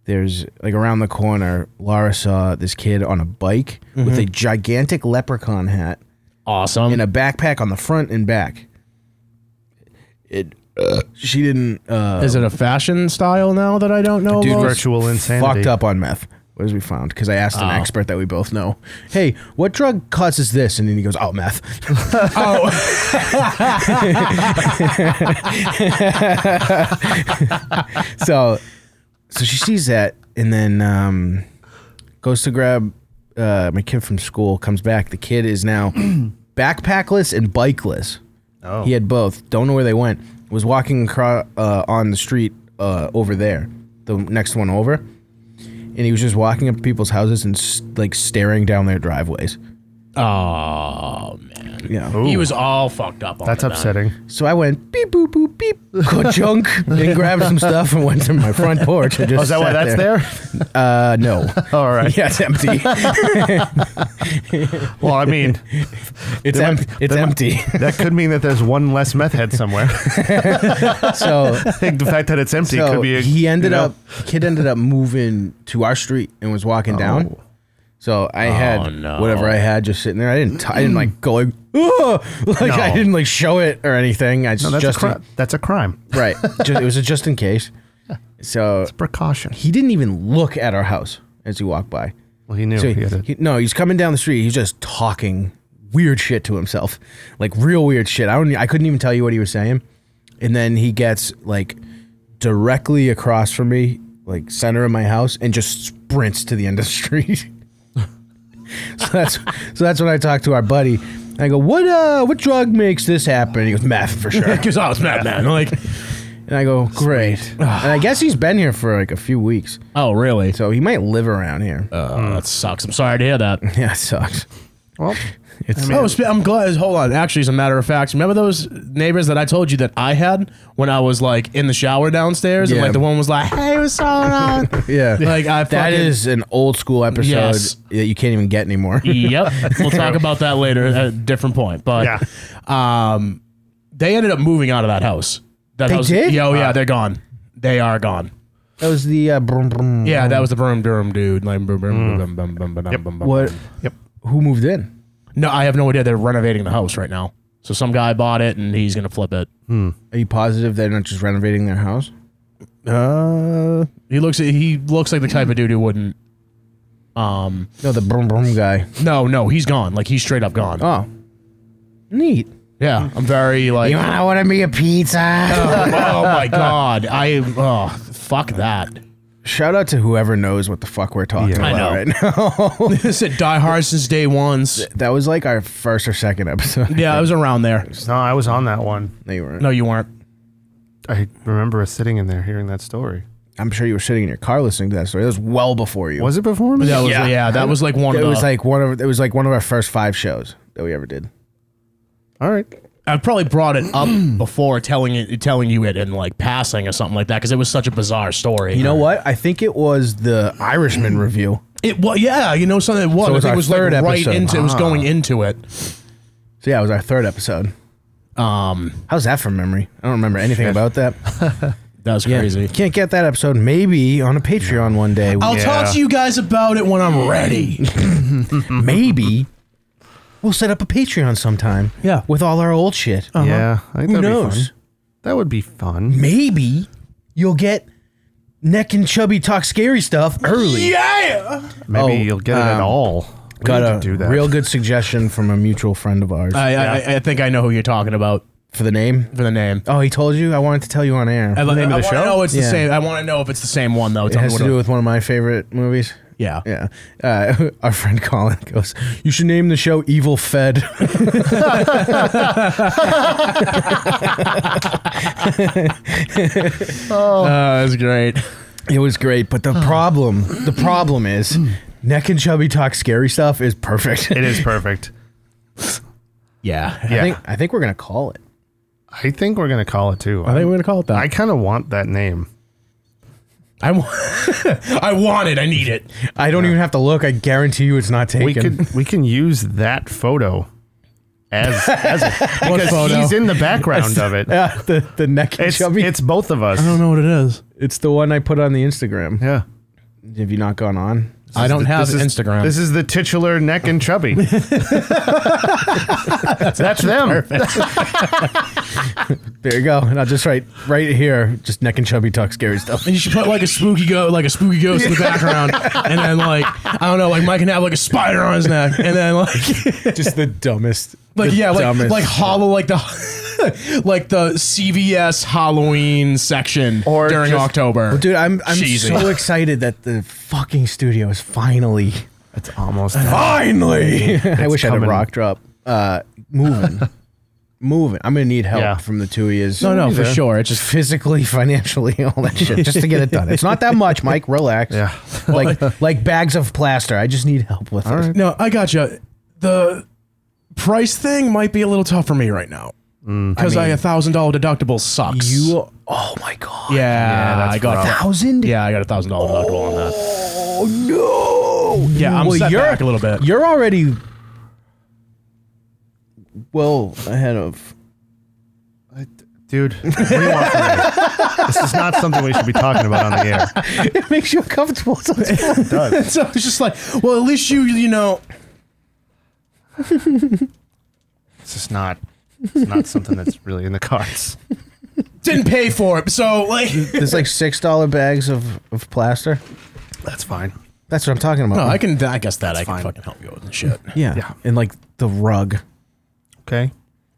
B: there's like around the corner, Laura saw this kid on a bike with a gigantic leprechaun hat
A: (laughs) awesome.
B: and a backpack on the front and back. It. Uh, she didn't. Uh,
A: is it a fashion style now that I don't know?
B: dude,
A: about?
B: we're
C: virtual insanity.
B: Fucked up on meth. What as we found? Because I asked an
A: Oh.
B: expert that we both know. Hey, what drug causes this? And then he goes, "Oh, meth."
A: Oh,
B: (laughs) so so she sees that and then um, goes to grab uh, my kid from school comes back the kid is now (clears throat) backpackless and bikeless oh. he had both don't know where they went was walking across uh, on the street uh, over there the next one over and he was just walking up to people's houses and s like staring down their driveways
A: oh man,
B: yeah
A: he was all fucked up. On
C: That's
A: it then.
C: upsetting.
B: so i went beep boop boop beep ka-chunk and grabbed some stuff and went to my front porch and just
C: Oh, is that why
B: sat
C: that's there?
B: uh
C: (laughs)
B: no
C: All right.
B: yeah
C: (laughs)
B: it's empty
C: Well, I mean,
B: It's,
C: There
B: em-
C: might be-
B: it's
C: there might- (laughs)
B: empty.
C: that could mean that there's one less meth head somewhere.
B: (laughs) so
C: I think the fact that it's empty
B: so
C: could be. A,
B: he ended
C: you know,
B: up kid ended up moving to our street and was walking
C: Oh.
B: down. So I had
A: no.
B: whatever I had just sitting there. I didn't. T- I didn't like go like, "Ugh!" (laughs) like I
C: No.
B: didn't like show it or anything. I just
C: No, Oh, that's
B: just
C: a
B: in-
C: cri- that's a crime.
B: right. Just, it was a just
C: (laughs)
B: in case. So
C: Precaution.
B: he didn't even look at our house as he walked by.
C: Well, he knew.
A: Oh,
B: So
C: he
B: he-
C: had a,
B: he- no, he's coming down the street. He's just talking weird shit to himself, like real weird shit. I don't. I couldn't even tell you what he was saying. And then he gets like directly across from me, like center of my house, and just sprints to the end of the (laughs) street. so that's so that's when I talk to our buddy. I go, what uh, what drug makes this happen? He goes, meth for
A: (laughs)
B: sure.
A: Because I was mad, man. Like,
B: and I go, great. and I guess he's been here for like a few weeks,
A: oh really?
B: so he might live around here.
A: Oh, that sucks. I'm sorry to hear that.
B: (laughs) yeah, it sucks.
C: well,
B: (laughs) It's
A: Oh, sp- I'm glad. Hold on. Actually, as a matter of fact, remember those neighbors that I told you that I had when I was like in the shower downstairs, and
B: Yeah.
A: like the one was like, "Hey, what's going on?" (laughs)
B: yeah.
A: like I.
B: That
A: fucking-
B: is an old school episode
A: Yes.
B: that you can't even get anymore.
C: (laughs)
A: Yep. We'll talk about that later at a different point. But
C: yeah.
A: um, they ended up moving out of that house. That
B: They
A: house,
B: did?
A: Yo, yeah, they're gone. They are gone.
B: (laughs) That was the uh, brum, brum.
A: Yeah, that was the Brum Durham dude. Like, brum, brum, brum, brum, brum, brum, brum, brum.
B: What?
C: Mm. Yep.
B: Who moved in?
A: No, I have no idea. They're renovating the house right now. So some guy bought it and he's gonna flip it.
B: Are you positive they're not just renovating their house?
A: Uh, he looks he looks like the type of dude who wouldn't. Um,
B: No, the brum brum guy.
A: no, no, he's gone. Like he's straight up gone.
B: Oh, neat.
A: yeah, I'm very like,
B: You want to order me a pizza?
A: oh my god, I oh fuck that.
B: (laughs)
A: (laughs)
B: Shout out to whoever knows what the fuck we're talking
C: Yeah.
A: I
B: about
A: know.
B: right now. (laughs)
A: This is Die Hard since day ones.
B: That was like our first or second episode. (laughs)
A: Yeah, I was around there.
C: No, I was on that one.
B: No, you weren't.
A: No, you weren't.
C: I remember us sitting in there hearing that story.
B: I'm sure you were sitting in your car listening to that story. That was well before you.
C: Was it before me?
A: That was
B: Yeah.
A: yeah, that was like one
B: It
A: of
B: was
A: the.
B: like one of it was like one of our first five shows that we ever did.
C: All right.
A: I probably brought it up (clears throat) before telling it, telling you it in like passing or something like that because it was such a bizarre story.
B: You know what? I think it was the Irishman review.
A: it was yeah, you know something. It was.
B: So it was
A: I think
B: our
A: it was like
B: third
A: right
B: episode.
A: into it was going into it.
B: So yeah, it was our third episode.
A: Um,
B: How's that from memory? I don't remember anything about (laughs) that.
A: that was
B: Yeah.
A: crazy.
B: Can't get that episode. Maybe on a Patreon one day.
A: I'll
C: Yeah.
A: talk to you guys about it when I'm (laughs) ready.
B: Maybe we'll set up a Patreon sometime.
A: Yeah.
B: With all our old shit. Uh,
C: Yeah. I think
B: uh-huh. Who
C: that'd be fun.
B: knows?
C: That would be fun.
B: Maybe you'll get neck and chubby talk scary stuff
C: Maybe
B: early. Oh,
C: you'll get it at
B: um,
C: all. We
B: Got
C: need
B: a
C: to do that.
B: real good suggestion from a mutual friend of ours
A: I, I, I think I know who you're talking about
B: for the name.
A: for the name.
B: Oh, he told you. I wanted to tell you on air.
A: I,
B: it
A: name I, of the show? Know it's
B: Yeah.
A: the same. I want to know if it's the same one though. Tell me
B: has
A: what
B: to do with one of my favorite movies.
A: yeah.
B: Yeah, uh, (laughs) our friend Colin goes. You should name the show "Evil Fed." (laughs)
A: Oh, that's great.
B: It was great, but the problem, the problem is, neck and chubby talk scary stuff is perfect.
C: It is perfect.
A: Yeah.
C: Yeah.
B: (laughs) I think I think we're gonna call it.
C: I think we're gonna call it too.
A: I think we're gonna call it that.
C: I kind of want that name.
A: I, wa- (laughs) I want it. I need it.
B: I don't even have to look. I guarantee you, it's not taken.
C: We could we can use that photo as as a, because
A: photo?
C: he's in the background of it.
B: yeah, (laughs) the, the neck and
C: It's
B: chubby.
C: it's both of us.
A: know what it is.
B: It's the one I put on the Instagram.
C: Yeah.
B: Have you not gone on?
A: I don't have
C: This is-
A: Instagram.
C: This is the titular neck and chubby. That's them.
B: There you go. And I'll just write right here, just neck and chubby talk scary stuff.
A: and you should put like a spooky go, like a spooky ghost in the background, and then like I don't know, like Mike can have like a spider on his neck, and then like
B: just the dumbest.
A: like
B: the
A: yeah, like
B: dumbest.
A: like hollow like the (laughs) like the CVS Halloween section
C: Or
A: during
C: just-
A: October.
B: Dude, I'm I'm
A: Cheesy.
B: so excited that the fucking studio is finally
C: It's almost done.
B: finally. (laughs) I wish I had a
C: coming.
B: rock drop. Uh,
A: (laughs)
B: moving, moving. I'm gonna need help
C: Yeah.
B: from the two of yous.
A: no, no, for sure. It's
B: Just
A: just
B: physically, (laughs) financially, all that shit, just to get it done. It's not that much, Mike. Relax.
C: Yeah.
B: (laughs) Like like bags of plaster. I just need help with it.
A: no. I gotcha. The price thing might be a little tough for me right now because I a thousand dollar deductible sucks.
B: You. Oh my god.
A: yeah,
C: that's
A: I got
C: rough.
B: Thousand.
A: yeah, I got a thousand dollar deductible on
B: (laughs)
A: that. (laughs)
B: Oh no.
A: Yeah, I'm set back a little bit.
B: You're already well ahead of. (laughs)
C: Dude, what do you want from me? This is not something we should be talking about on the air.
B: It makes you uncomfortable. sometimes.
A: so it's just like, well, at least you, you know,
C: It's just not. It's not something that's really in the cards.
A: didn't pay for it. So like, no,
B: (laughs) There's like six dollar bags of, of plaster.
C: That's fine.
B: That's what I'm talking about.
A: I can. I guess that I can
C: fine.
A: fucking help you with and shit.
B: yeah.
C: Yeah.
B: and like the rug.
C: Okay.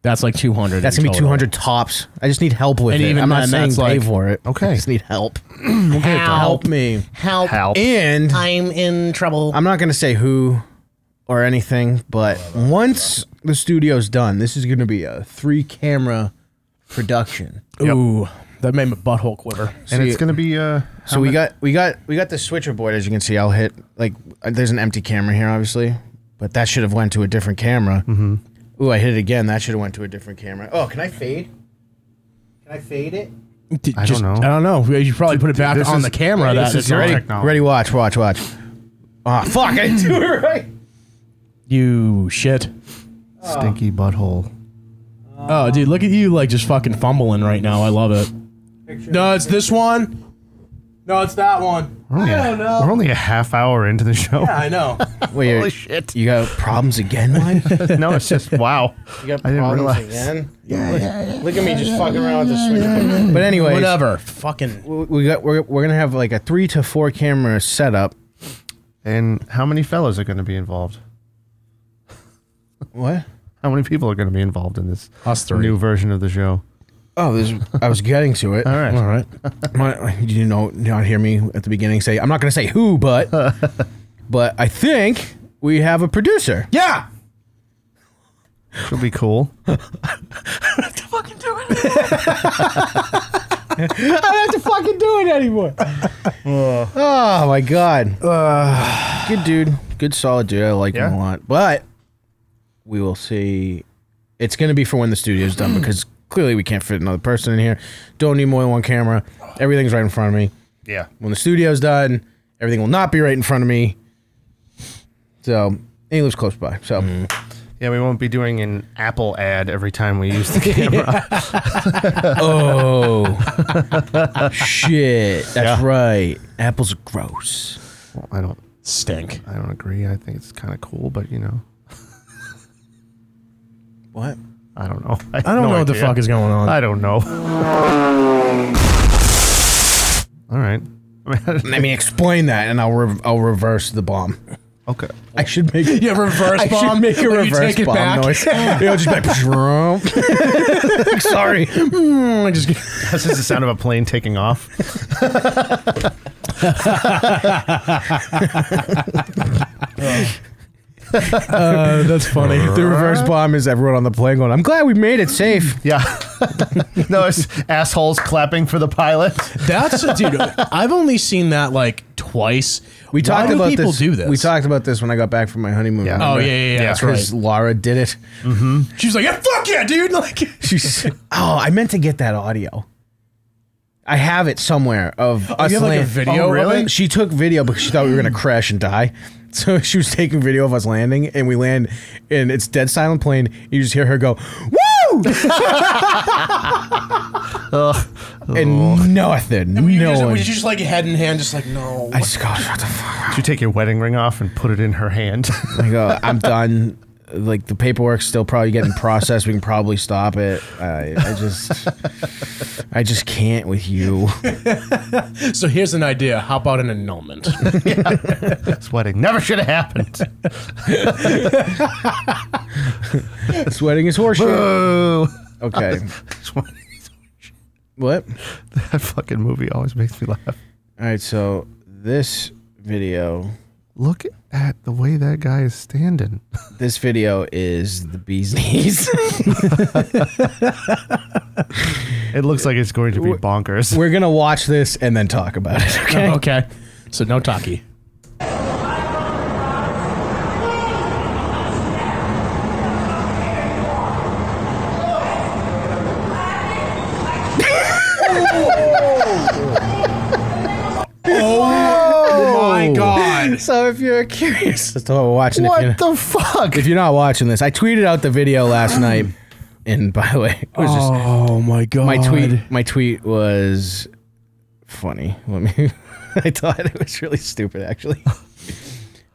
A: That's like two hundred.
B: That's gonna be two hundred tops. I just need help with
A: And
B: it.
A: even
B: I'm not
A: then,
B: saying
A: that's
B: pay
A: like-
B: for it.
C: Okay.
B: I just
A: (laughs)
B: need help.
A: Help.
B: Help me.
A: Help.
C: Help.
B: And
A: I'm in trouble.
B: I'm not gonna say who or anything, but once the studio's done, this is gonna be a three camera production.
A: Ooh, that made my butthole quiver.
C: And it's
B: See-
C: gonna be uh.
B: So we got we got we got the switcher board as you can see. I'll hit like uh, there's an empty camera here, obviously, but that should have went to a different camera. Mm-hmm. Ooh, I hit it again. That should have went to a different camera. Oh, can I fade? Can I fade it?
C: I don't know.
A: I don't know. You probably put it back
C: This
A: on
C: is-
A: the camera. Oh, That
C: this is
A: it's
C: your
A: not-
C: technology. No.
B: Ready? Watch, watch, watch. Ah, fuck! I didn't do it (laughs) right.
A: you shit.
C: Stinky butthole.
A: Oh, dude, look at you like just fucking fumbling right now. I love it. No, it's this one. No, it's that one.
C: We're only, I don't know. We're only a half hour into the show.
A: I
C: (laughs)
A: know.
B: Wait,
C: Holy
B: you-
C: shit.
B: you got problems again, Mike?
C: (laughs)
B: you
C: no, it's just
B: (laughs)
C: wow.
B: got
C: (laughs) I didn't
B: problems
C: realize.
B: again? Yeah, Look at me just fucking around with the switcher. board. But anyway,
A: Whatever. Fucking.
B: we we got we're, we're gonna have like a three to four camera setup.
C: And how many fellows are gonna be involved?
B: What?
C: How many people are gonna be involved in this
A: Us Uh, three.
C: new version of the show?
B: Oh, this I was getting to
C: (laughs)
B: it.
C: All right.
A: All right.
B: My, did you know not hear me at the beginning say I'm not going to say
C: (laughs)
B: who, but but I think we have a producer.
A: Yeah.
C: She'll
A: (laughs)
C: be cool.
B: I don't have to fucking do it anymore. oh my
C: (sighs)
B: god, good dude, good solid dude. I like him
C: Yeah.
B: a lot, but we will see. It's going to be for when the studio's
C: (clears throat)
B: done because clearly we can't fit another person in here. Don't need more than one camera. Everything's right in front of me.
C: Yeah.
B: when the studio's done, everything will not be right in front of me. So, and he lives close by. So,
C: Mm. Yeah, we won't be doing an Apple ad every time we use the
A: (laughs)
B: (laughs)
C: camera.
B: oh, shit. That's right. Apples are gross.
C: I don't.
A: Stink.
C: I don't agree. I think it's kind of cool, but you know,
B: What?
C: I don't know. (laughs) I, have
A: I don't
C: no
A: know what the
C: idea.
A: fuck is going on.
C: I don't know. (laughs) All right.
B: I mean, explain that, and I'll re- I'll reverse the bomb.
C: okay. (laughs)
B: I should make yeah
A: reverse
B: I
A: bomb?
B: should make a
A: Like, you
B: reverse
A: take it
B: bomb
A: back?
B: noise. It'll just be like, sorry. Mm,
A: I just
C: This is the sound of a plane taking
A: (laughs)
C: off.
A: that's funny. (laughs)
B: The reverse bomb is everyone on the plane going. I'm glad we made it safe.
C: Yeah. (laughs) no, it's assholes clapping for the pilot.
A: That's dude. I've only seen that like twice.
B: We
A: Why
B: talked
A: do
B: about
A: people
B: this.
A: do this.
B: We talked about this when I got back from my honeymoon.
C: Yeah.
A: Oh yeah, yeah, yeah,
C: Yeah,
A: That's
B: because
A: right.
B: Laura did it.
A: She was like, yeah, "Fuck yeah, dude!"
B: (laughs)
A: Like,
B: She's oh, I meant to get that audio. I have it somewhere of us
A: Oh, you have, like, a
B: land- Oh,
A: video of it?
B: She took video because she thought we were gonna crash and die. (laughs) So she was taking video of us landing, and we land, and it's dead silent plane. You just hear her go, "Woo!" (laughs) and nothing,
A: were you just,
B: no
A: were
B: one.
A: you just like head in hand, just like no.
B: I just go, "What the fuck?"
C: Did you take your wedding ring off and put it in her hand? (laughs)
B: I go, uh, "I'm done." Like the paperwork's still probably getting processed. We can probably stop it. I I just, I just can't with you.
A: so here's an idea. How about an annulment?
C: this wedding never should have (laughs) happened.
B: This wedding
C: (laughs)
B: is horseshit.
C: Boo.
B: Okay.
C: This wedding-
B: What?
C: that fucking movie always makes me laugh.
B: All right, so this video,
C: Look at the way that guy is standing.
B: this video is the bee's knees. (laughs)
C: It looks like it's going to be bonkers.
B: We're gonna watch this and then talk about it. (laughs) Okay.
A: okay. So no talkie. oh my god!
B: (laughs) So if you're curious as to what we're watching, if you're,
C: What the fuck?
B: if you're not watching this, I tweeted out the video (gasps) last night. And by the way, it was just
A: Oh my god!
B: my tweet. My tweet was funny. Let me. (laughs) I thought it was really stupid, actually.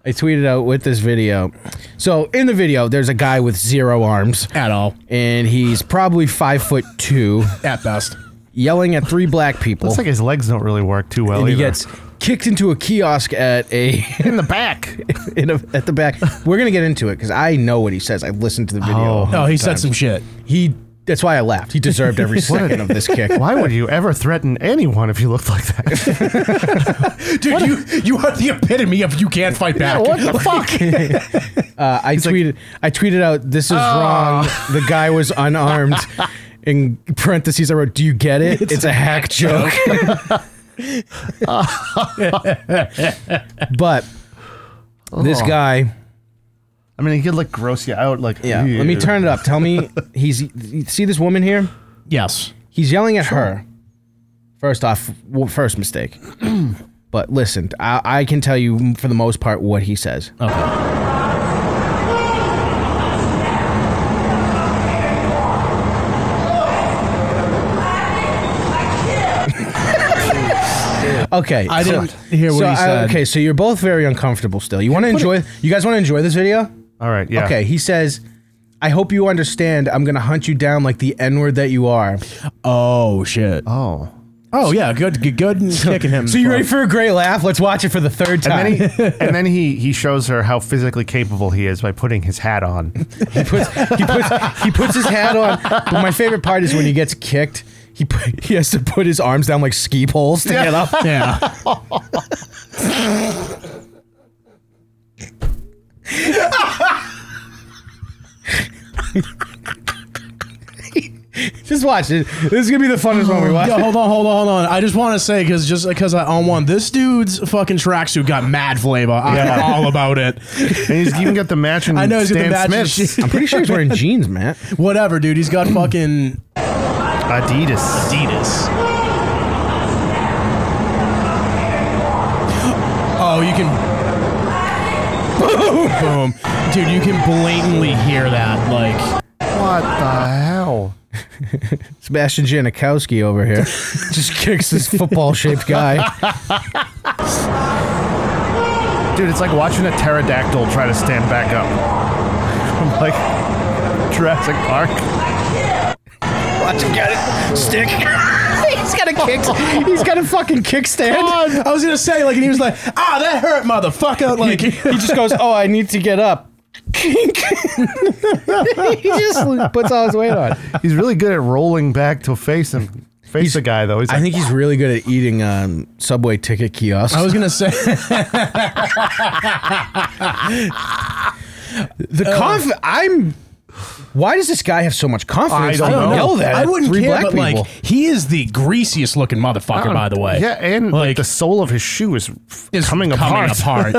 B: I tweeted out with this video. So in the video, there's a guy with zero arms,
A: at all,
B: and he's probably five foot two,
A: at best.
B: yelling at three black people.
C: Looks like his legs don't really work too well.
B: and he
C: either.
B: gets kicked into a kiosk at a
C: (laughs) in the back.
B: (laughs) in a, at the back. We're gonna get into it because I know what he says. I listened to the video.
C: Oh.
A: No, he said some shit.
B: He. That's why I laughed. He
C: (laughs)
B: deserved every second of this kick.
C: Why would you ever threaten anyone if you looked like that? (laughs)
A: Dude, you you are the epitome of you can't fight back.
B: the fuck? uh, I tweeted. I tweeted out. This is
C: Oh.
B: wrong. The guy was
C: (laughs)
B: unarmed. In parentheses, I wrote, "Do you get it? It's, a
C: (laughs)
B: hack joke." but this
C: Oh.
B: guy.
C: I mean, he could like gross you out. Like,
B: Yeah. Let me
C: "Ew."
B: turn it up.
C: (laughs)
B: Tell me, he's you see this woman here.
A: Yes.
B: He's yelling at her. First off, w- first mistake. (clears throat) but listen, I, I can tell you for the most part what he says.
A: Okay.
B: (laughs) Okay,
A: I didn't hear what
B: so
A: he
B: I-
A: said.
B: okay, so you're both very uncomfortable still. You want to enjoy? You guys want to enjoy this video?
C: All right. Yeah.
B: Okay, he says, "I hope you understand. I'm gonna hunt you down like the N-word that you are."
A: Oh shit.
C: Oh.
A: Oh yeah, good good,
B: (laughs)
A: good in kicking him.
B: So you ready for a great laugh? Let's watch it for the third time.
C: And then,
B: (laughs)
C: he, and then he he shows her how physically capable he is by putting his hat on.
B: He puts, he puts he puts his hat on. But my favorite part is when he gets kicked. He put, he has to put his arms down like ski poles to get up.
A: Yeah.
B: (laughs) Just watch it. This is gonna be the funnest one we watch.
A: Yo, Oh, hold on, hold on, hold on. I just want to say because just because I own one, this dude's fucking tracksuit got mad flavor. I'm all about it.
C: And he's even got the
B: (laughs)
C: matching.
A: I know he's got the
C: Stan
A: matching
C: Smith's
A: shit.
B: I'm pretty sure he's wearing jeans, Matt.
A: Whatever, dude. He's got fucking
C: Adidas.
A: Adidas. Oh, you can. (laughs) Boom, boom, dude. You can blatantly hear that, like.
C: What the hell?
B: Sebastian Janikowski over (laughs) here just kicks (laughs) this football-shaped (laughs) guy.
C: Dude, it's like watching a pterodactyl try to stand back up. I'm like, Jurassic Park.
B: Watch him get it. Stick. (laughs) he's got a kick. He's got a fucking kickstand.
A: I was gonna say like, and he was like, ah, that hurt,
B: (laughs)
A: motherfucker. Like,
B: He just goes, "Oh, I need to get (laughs) up." Kink. he just puts all his weight on.
C: He's really good at rolling back to face him. Face the guy though. He's
B: I
C: like,
B: think he's really good at eating um, subway ticket kiosks.
A: I was gonna
B: (laughs)
A: say
B: the conf. I'm. Why does this guy have so much confidence?
C: I
B: to
C: don't
B: yell that
A: I
B: at
A: wouldn't
B: three
A: care,
B: black
A: but
B: people? Uh-uh.
A: like, he is the greasiest looking motherfucker, by the way.
C: Yeah, and like, the sole of his shoe is, f-
A: is
C: coming, apart.
B: (laughs)
A: apart.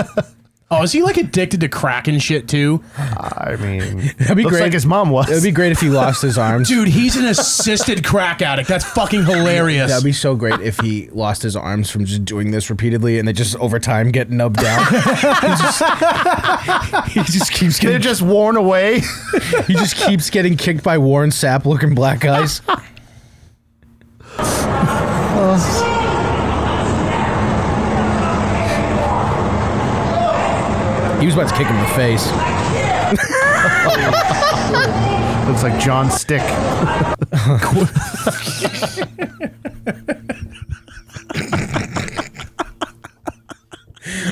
A: oh, is he like addicted to crack and shit too?
C: (laughs) I mean,
B: That'd be
C: looks
B: great.
C: like his mom was.
B: It'd be great if he lost (laughs) his arms.
A: Dude, he's an assisted crack addict. That's fucking hilarious.
B: That'd be so great if he lost his arms from just doing this repeatedly, and they just over time get nubbed out. he, (laughs) just, he just
C: (laughs)
B: keeps
C: They're
B: getting
C: just worn away.
B: he just keeps getting kicked by Warren Sapp looking black (laughs) guys. He was about to kick him in the face.
C: looks like John Stick.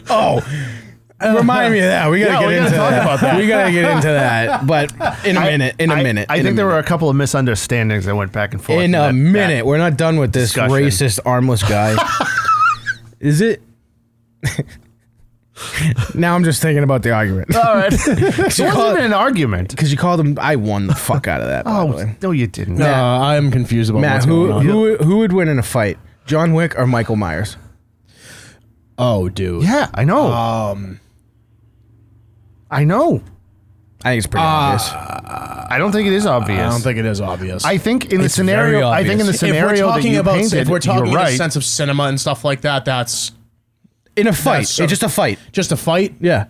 B: Oh. Remind me of that. We gotta
C: Yeah, we
B: get
C: gotta
B: into
C: talk
B: that.
C: about that.
B: We gotta get into that. But in a minute. In a
C: I-
B: minute.
C: I,
B: in a
C: think there were
B: minute.
C: a couple of misunderstandings that went back and forth.
B: in a
C: that- that-
B: minute. We're not done with this
C: discussion.
B: racist, armless
A: (laughs)
B: guy. Is it? (laughs) now I'm just thinking about the
A: (laughs)
B: argument. (laughs)
C: All right. it
B: you
C: wasn't
B: call
C: even
B: it-
C: an argument.
B: Because you called him, I won the fuck out of that. By the
C: Oh,
B: way.
C: no, you didn't.
A: Uh, I'm confused about
B: Matt,
A: what's
B: who,
A: going on.
B: who who would win in a fight, John Wick or Michael Myers?
A: Oh, dude.
C: Yeah, I know.
A: Um,
C: I know.
B: I think it's pretty
A: Ah,
B: obvious.
C: I don't think it is obvious.
A: I don't think it is obvious.
C: I think in the
B: It's very
C: scenario, I think in the
B: obvious.
A: if we're
C: scenario that
A: talking
C: you
A: about,
C: painted,
A: if we're talking
C: you
A: in
C: were right.
A: the sense of cinema and stuff like that, that's
B: In a fight,
A: so-
B: it's just
A: (laughs)
B: a fight.
A: just a fight.
B: Yeah.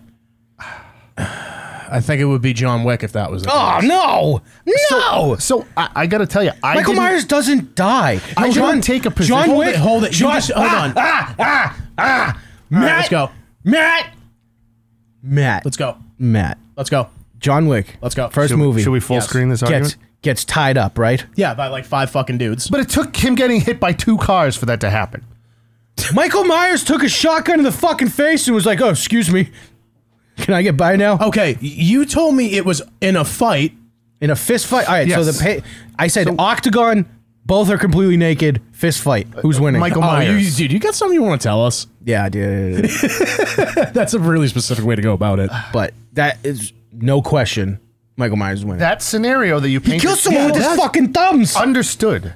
A: I think it would be John Wick if that was. The
B: Oh no, no!
C: so I, I got to tell you, I
B: Michael
C: didn't-
B: Myers doesn't die.
C: I
B: John,
C: didn't take a position.
B: John
A: Hold
B: Wick,
A: it, hold it. You
B: John,
A: just- hold
B: ah,
A: on.
B: Ah, ah, ah. Matt,
A: right, let's go.
B: Matt, Matt,
A: Let's go.
B: Matt.
A: Let's go.
B: John Wick.
A: Let's go.
B: First
A: Should we-
B: movie.
C: should we full
A: Yes.
C: screen this argument?
B: gets gets tied up, right? (laughs)
A: Yeah, by like five fucking dudes.
C: But it took him getting hit by two cars for that to happen.
B: Michael Myers took a shotgun to the fucking face and was like, "Oh, excuse me, can I get by now?"
A: Okay, y- you told me it was in a fight.
B: In a fist fight. All right. So
C: Yes.
B: the pa- I said octagon. Both are completely naked. Fist fight. Who's winning?
C: Michael
A: Oh,
C: Myers.
A: you, dude, you got something you want to tell us?
B: Yeah, dude.
C: (laughs)
A: That's a really specific way to go about it.
B: but that is no question. Michael Myers is winning.
C: that scenario that you painted,
B: his fucking
C: Oh,
B: thumbs.
C: understood.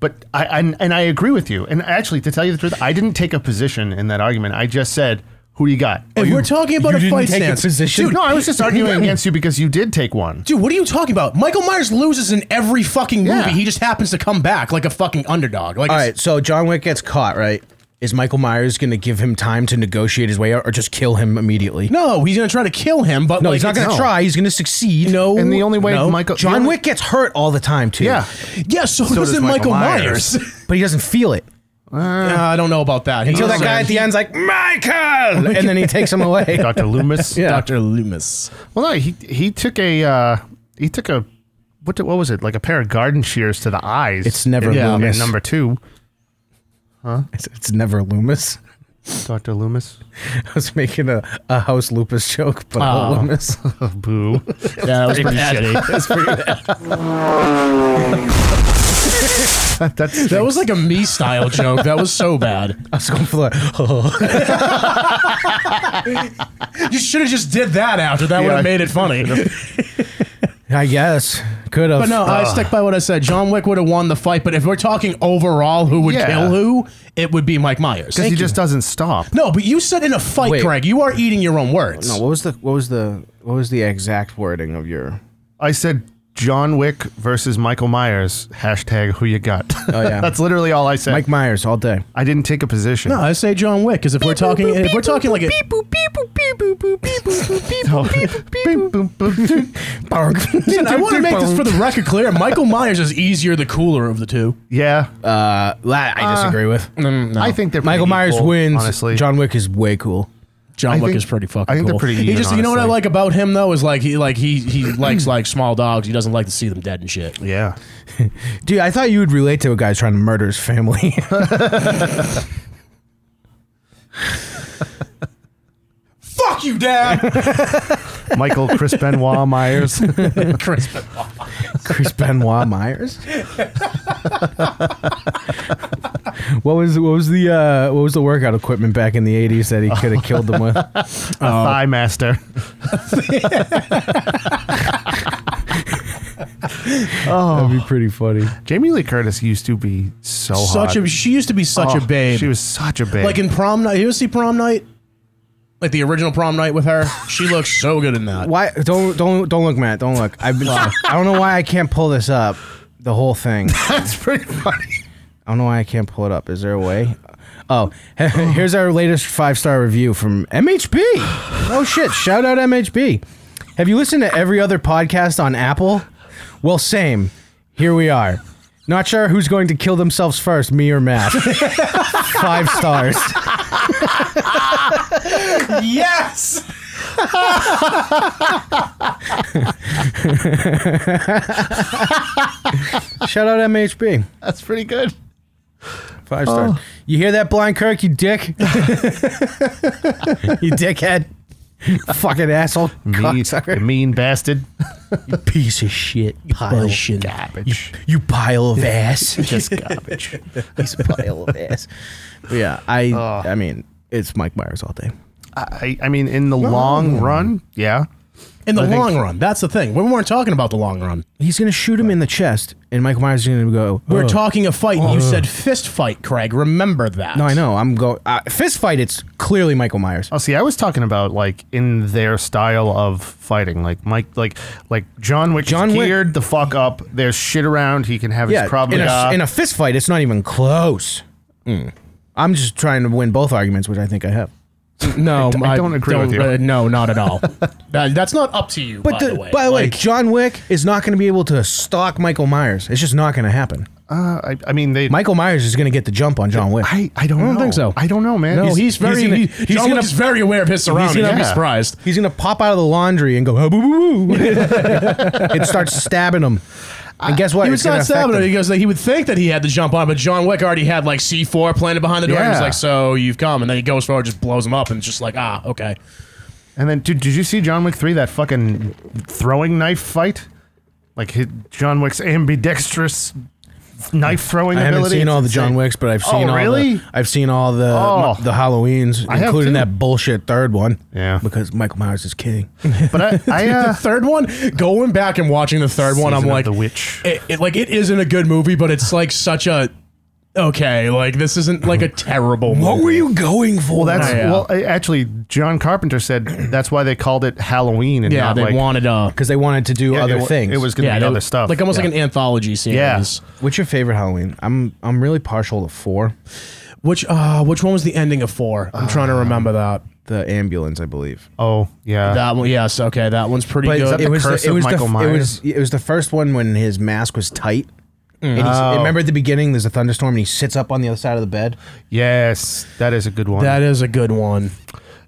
C: But I and, and I agree with you. And actually, to tell you the truth, I didn't take a position in that argument. I just said, "Who do you got?"
A: If we're talking about
B: Oh, you
A: a
B: didn't
A: fight
B: take a
A: stance,
B: position?
A: dude.
C: no, I was just arguing against you because you did take one.
A: Dude, what are you talking about? Michael Myers loses in every fucking movie.
C: Yeah.
A: He just happens to come back like a fucking underdog. Like,
B: All
A: it's-
B: right. So John Wick gets caught, right? Is Michael Myers going to give him time to negotiate his way out or just kill him immediately?
A: no, he's gonna try to kill him, but
B: No,
A: like,
B: he's not going to
A: it's-
B: try. He's going to succeed.
A: No,
C: And the only way
A: no.
C: Michael
B: John
C: the only-
B: Wick gets hurt all the time too.
C: yeah,
A: Yeah, so, does
C: does
A: not Michael
C: Michael Myers.
A: Myers.
B: (laughs) but he doesn't feel it
A: Yeah, I don't know about that.
B: until that guy at the end's like Michael, and then he takes him away.
A: (laughs)
C: Doctor Loomis.
B: Yeah.
A: Doctor Loomis.
C: Well, no, he he took a uh, he took a what did- what was it like a pair of garden shears to the eyes.
B: It's never
C: in- in
B: Loomis.
C: number two,
B: It's, it's never Loomis. (laughs)
C: Doctor Loomis.
B: I was making a, a house lupus joke, but
A: Oh.
B: Loomis. (laughs)
C: Boo.
A: Yeah, that was pretty shitty.
B: (laughs)
C: That's
A: That was like a me style joke. That was so bad.
B: I was going for the.
A: You should have just did that after. That would
C: Yeah.
A: have made it funny.
B: I guess could have.
A: But no, I stick by what I said. John Wick would have won the fight, but if we're talking overall who would
C: Yeah.
A: kill who, it would be Mike Myers.
C: because he just doesn't stop.
A: No, but you said in a fight,
B: Wait.
A: Greg. You are eating your own words.
B: No, what was the what was the what was the exact wording of your?
C: I said John Wick versus Michael Myers. Hashtag who you got.
B: Oh
C: (laughs)
B: yeah,
C: That's literally all I said.
B: Mike Myers all day.
C: I didn't take a position.
A: No, I say John Wick because if we're talking, if we're talking like a,
B: (laughs)
A: Listen, I want to make this for the record clear. Michael Myers is easier, the cooler of the two.
C: yeah,
B: Uh, that I disagree with.
C: I think they're
B: Michael
C: pretty
B: Myers
C: equal,
B: wins.
C: Honestly,
B: John Wick is way cool.
A: John
C: I
A: Wick
C: think-
A: is pretty fucking.
C: I think they're
A: cool.
C: pretty
A: He
C: even,
A: just, you know what I
C: honestly.
A: like about him though is like he like he (clears throat) he likes like small dogs. He doesn't like to see them dead and shit.
C: Yeah.
B: Dude, I thought you would relate to a guy trying to murder his family.
A: Fuck you, Dad.
C: Michael Chris
B: (laughs)
C: Benoit Myers.
A: (laughs) Chris,
B: (laughs) Chris Benoit Myers. (laughs) what was what was the uh, what was the workout equipment back in the eighties (laughs) that he could have killed them with? Oh.
C: Thigh Master.
B: That'd be pretty funny.
C: Jamie Lee Curtis used to be so hot.
A: such a she used to be such
C: Oh,
A: a babe.
C: She was such a babe.
A: like in prom night. You ever see prom night? Like the original prom night with her. She looks so good in that.
B: Why don't don't don't look, Matt? Don't look. I've been, I don't know why I can't pull this up. The whole thing.
C: (laughs) that's pretty funny.
B: I don't know why I can't pull it up. Is there a way? Oh, (laughs) here's our latest five star review from MHB. Oh shit! Shout out MHB. Have you listened to every other podcast on Apple? Well, same. Here we are. Not sure who's going to kill themselves first, me or Matt. (laughs) five stars.
A: Yes.
B: Shout out MHB.
C: That's pretty good.
B: Five stars. You hear that, Blind Kirk? You dick. (laughs) you dickhead. Fucking asshole.
C: (laughs) Mean,
B: Cocksucker.
C: mean bastard.
B: piece of Oh, shit pile
A: bullshit.
B: garbage. You, you pile of ass. (laughs) Just (laughs) garbage. He's a pile of ass. yeah, I I mean, it's Mike Myers all day.
C: I, I mean, in the long run, yeah.
A: In the long run, that's the thing. We weren't talking about the long run.
B: He's gonna shoot him in the chest, and Mike Myers is gonna go.
A: We were
B: "Oh."
A: talking a fight, and you said fist fight, Craig. Remember that.
B: No, I know. I'm going uh, fist fight. It's clearly Michael Myers.
C: Oh, see, I was talking about like in their style of fighting, like Mike, like like John Wick
B: John
C: is
B: Wick-
C: geared the fuck up. There's shit around. He can have
B: Yeah,
C: his problem.
B: in a,
C: uh,
B: in a fist fight, it's not even close. Mm. I'm just trying to win both arguments, which I think I have.
A: No,
C: I don't agree with you.
A: uh, no, not at all. That- that's not up to you.
B: But
A: by the, way, Like,
B: John Wick is not going to be able to stalk Michael Myers. It's just not going to happen.
C: uh, I, I mean, they.
B: Michael Myers is going to get the jump on John Wick.
C: I, I don't. I
A: don't think so.
C: I don't know, man.
A: no, he's,
B: he's
A: very.
B: gonna-
A: he-
B: he's
A: John
B: gonna-
A: Wick is very aware of his surroundings.
B: gonna-
A: You'd be
C: yeah.
A: surprised.
B: He's going to pop out of the laundry and go, "Ah, boo,
C: (laughs)
B: boo, boo," and start stabbing him. And guess what?
A: He
B: It's
A: was
B: gonna
A: not
B: affect
A: stabbing
B: him.
A: him. He goes. Like, he would think that he had the jump on, but John Wick already had like C four planted behind the door. And he was
C: Yeah.
A: like, "So you've come," and then he goes forward, just blows him up, and it's just like, "Ah, okay."
C: And then, dude, did you see John Wick three? That fucking throwing knife fight, like his, John Wick's ambidextrous knife throwing
B: I
C: ability.
B: haven't seen
C: It's
B: all the John
C: insane.
B: Wicks, but I've
C: Oh,
B: seen all
C: really?
B: the I've seen all the
C: Oh.
B: the Halloweens,
C: I have
B: including
C: too.
B: that bullshit third one.
C: Yeah.
B: because Michael Myers
C: (laughs)
B: is king.
C: But I,
B: (laughs)
C: I
A: the
C: uh,
A: third one, going back and watching the third one, I'm
C: Season of
A: like
C: the witch.
A: It, it- like it isn't a good movie, but it's like such a okay. Like this isn't (laughs) like a terrible. movie.
B: you going for?
C: Well, (laughs) that's
A: Oh, yeah.
C: well. uh, Actually, John Carpenter said (clears throat) that's why they called it Halloween and
A: Yeah,
C: not
A: they
C: like
A: wanted uh, a
B: because they wanted to do
C: Yeah,
B: other
C: it, wa-
B: things.
C: It was going to be
A: they-
C: other stuff,
A: like almost like an anthology series.
C: Yeah.
B: What's your favorite Halloween? I'm I'm really partial to four.
A: Which uh, which one was the ending of four? I'm trying to remember that.
B: The ambulance, I believe.
C: oh yeah.
A: That one, yes, okay, that one's pretty
C: But is
A: good.
C: that the curse of Michael
B: f- It was, it was the first one when his mask was tight. And he's,
C: Oh.
B: Remember at the beginning, there's a thunderstorm, and he sits up on the other side of the bed.
C: yes, that is a good one.
A: that is a good one.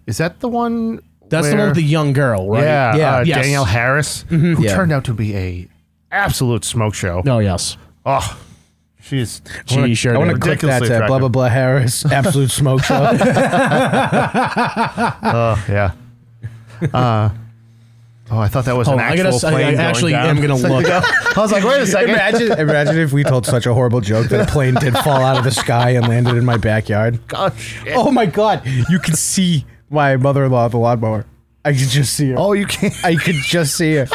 C: is that the one?
A: That's the
C: where-
A: one with the young girl, right?
C: yeah,
B: Yeah,
C: uh,
A: yes. Mm-hmm.
C: Danielle Harris, who
B: Yeah.
C: turned out to be a absolute smoke show.
A: No, yes.
C: Oh, she's
A: She sure.
B: I want to
A: did.
B: click that
C: Ridiculously attractive.
B: to blah blah blah Harris,
C: (laughs)
B: absolute smoke show.
C: oh yeah. Uh, oh, I thought that was
A: Oh,
C: an
A: I
C: actual
A: gotta. say- I
C: plane
A: actually
C: going down.
A: am gonna look.
C: I was like, wait
A: (laughs)
C: a second.
B: imagine, imagine if we told such a horrible joke that a plane did fall out of the sky and landed in my backyard.
C: Oh, shit.
B: Oh my god, you can see my mother-in-law at the lawnmower. I could just see her.
C: (laughs) Oh, you can't.
B: I
C: (laughs)
B: could just see her.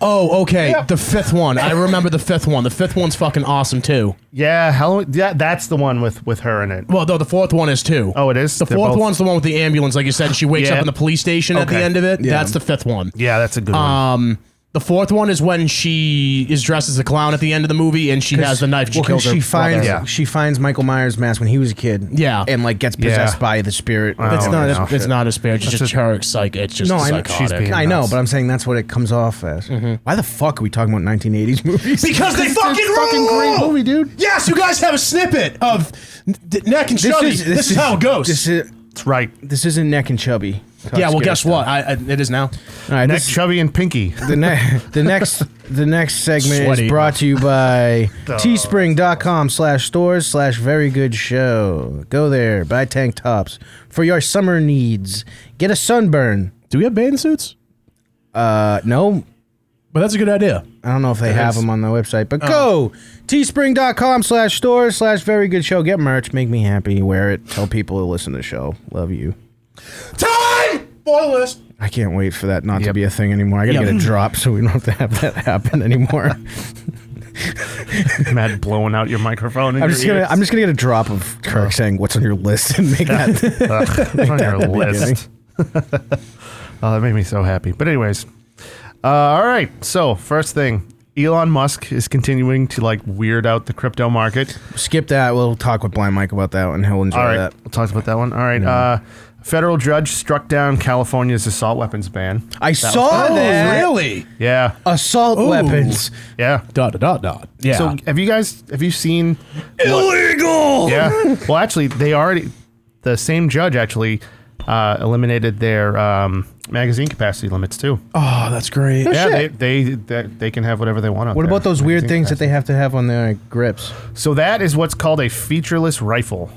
A: Oh, okay. The fifth one. I remember the fifth one. The fifth one's fucking awesome too.
C: Yeah, Halloween. Yeah, that's the one with with her in it.
A: Well, though the fourth one is too.
C: Oh, it is?
A: The
C: They're
A: fourth
C: both-
A: one's the one with the ambulance, like you said. She wakes
C: Yeah.
A: up in the police station at the
C: Okay.
A: end of it. That's the fifth one.
C: Yeah, that's a good one.
A: Um, The fourth one is when she is dressed as a clown at the end of the movie and she has the knife. She
B: Well, 'cause
A: kills her
B: she
A: brother.
B: finds
C: Yeah.
B: she finds Michael Myers' mask when he was a kid.
A: Yeah.
B: and like gets
C: Yeah.
B: possessed by the spirit.
C: Wow.
A: It's
C: Oh,
A: not.
C: no.
A: it's, it's not a spare. It's just,
C: just-
A: her psych. It's just
B: No, I know.
A: psychotic.
C: She's being-
B: I know,
C: nuts.
B: but I'm saying that's what it comes off as.
A: Mm-hmm.
B: Why the fuck are we talking about 1980s movies?
A: because they
C: It's a
A: fucking
C: fucking
A: rule!
C: great movie, dude.
A: Yes, you guys have a snippet of N- D- neck and chubby. This is, how it goes.
B: This is
C: That's right.
B: this isn't neck and chubby.
A: yeah. Well,
B: Scary
A: guess
B: stuff.
A: what? I, I, it is now.
B: All right,
C: Neck,
B: this-
C: chubby, and pinky.
B: the, ne- the next the next segment
A: Sweaty.
B: is brought to you by teespring.com slash stores slash very good show go there buy tank tops for your summer needs get a sunburn
A: Do we have bathing suits?
B: uh no
A: But that's a good idea.
B: I don't know if they have them on the website, but go teespring.com slash store slash very good show. Get merch, make me happy, wear it, tell people to listen to the show. Love you.
A: Time for the
C: (laughs)
A: list.
B: I can't wait for that not to
C: Yep.
B: be a thing anymore. I gotta
A: Yep.
B: get a drop so we don't have to have that happen
A: (laughs)
B: anymore.
C: Mad blowing out your microphone. In your
B: I'm just gonna
C: ears.
B: I'm just gonna get a drop of Kirk saying what's on your list and make that
C: Ugh, it's on your list. (laughs) oh, that made me so happy. But anyways, uh, all right. So first thing, Elon Musk is continuing to like weird out the crypto market.
B: (laughs) skip that. We'll talk with Blind Mike about that one. He'll enjoy
C: All right,
B: that.
C: we'll talk about that one. All right. Uh, federal judge struck down California's assault weapons ban.
B: I saw that Oh,
A: really?
C: Yeah,
B: Uh, assault
A: Ooh.
B: weapons.
C: yeah.
A: Dot dot dot dot. Yeah.
C: So have you guys have you seen?
A: illegal. (laughs)
C: Yeah. well, actually, they already the same judge actually uh, eliminated their um, magazine capacity limits too.
A: Oh, that's great.
C: yeah, they,
B: shit.
C: they they they can have whatever they want. out
B: What
C: there.
B: about those weird
C: Magazine
B: things that they have to have on their grips?
C: So that is what's called a featureless rifle.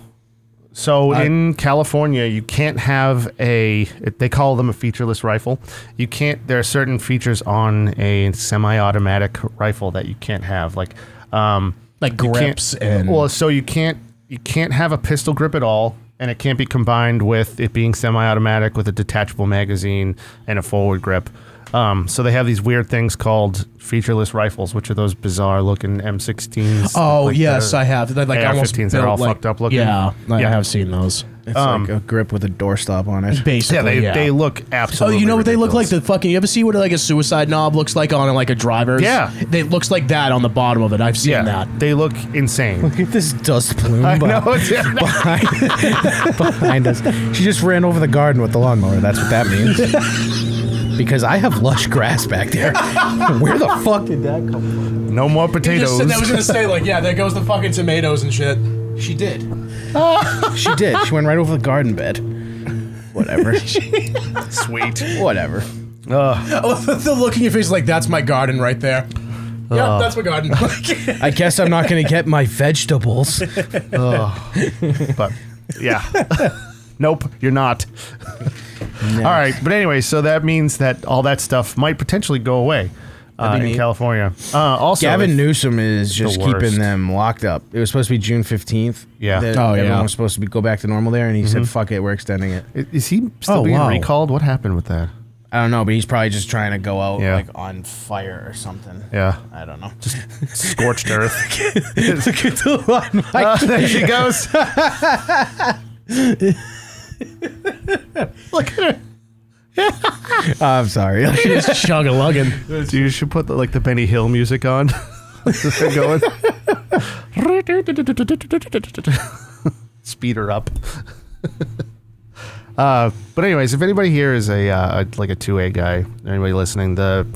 C: So in California, you can't have a. They call them a featureless rifle. You can't. There are certain features on a semi-automatic rifle that you can't have, like um,
A: Like
C: you can't-
A: grips and
C: well, so you can't you can't have a pistol grip at all, and it can't be combined with it being semi-automatic with a detachable magazine and a forward grip. Um, so they have these weird things called featureless rifles, which are those bizarre-looking M16s.
A: Oh
C: like
A: yes,
C: the-
A: I have. They're like almost
C: AR-15s that are all
A: built like-
C: fucked up looking.
A: Yeah, like, I
C: Yeah.
A: have seen those.
B: It's like a grip with a doorstop on it.
A: Basically,
C: Yeah, they, they look
A: Oh,
C: absolutely.
A: you know what they look like?
C: ridiculous.
A: The fucking. You ever see what like a suicide knob looks like on like a driver's?
C: Yeah.
A: They- it looks like that on the bottom of it. I've seen
C: yeah,
A: that.
C: they look
A: (laughs)
C: insane.
B: (laughs) Look at this dust plume
C: I (laughs) know.
B: behind,
C: it's-
B: behind us. She just ran over the garden with the lawnmower. That's what that means. (laughs) because I have lush grass back there. (laughs) Where the fuck did that come from?
C: no more potatoes. (laughs)
A: gonna say like, yeah, there goes the fucking tomatoes and shit. (laughs) She
B: (laughs)
A: did.
B: She did. She went right over the garden bed. Whatever. (laughs)
C: Sweet.
B: Whatever.
A: the look in your face is like that's my garden right there. Yeah,
C: Uh.
A: that's my
C: (laughs)
A: garden. Like-
B: I guess I'm not going to get my vegetables.
C: but yeah. (laughs) nope, you're not. All right, but anyway, so that means that all that stuff might potentially go away uh, in California. Uh, also,
B: Gavin
C: if-
B: Newsom is just
C: worst.
B: keeping them locked up. It was supposed to be June 15th.
C: Yeah. Mm-hmm.
B: That
A: Oh, yeah.
B: Everyone was supposed to be, go back to normal there, and he said, fuck it, we're extending it.
C: i- is he still
A: Oh,
C: being
A: wow.
C: recalled? What happened with that?
B: I don't know, but he's probably just trying to go out
C: Yeah.
B: like on fire or something.
C: Yeah.
B: I don't know.
A: (laughs)
C: Scorched earth.
B: Just
C: Uh, there she goes.
A: (laughs)
C: Look at her.
B: (laughs) I'm sorry. (laughs)
A: She's chug-a-lugging.
C: You should put the, like the Benny Hill music on. (laughs) This thing going. (laughs) Speed her up. (laughs) uh, but anyways, if anybody here is a, uh, a- like a two A guy, anybody listening, the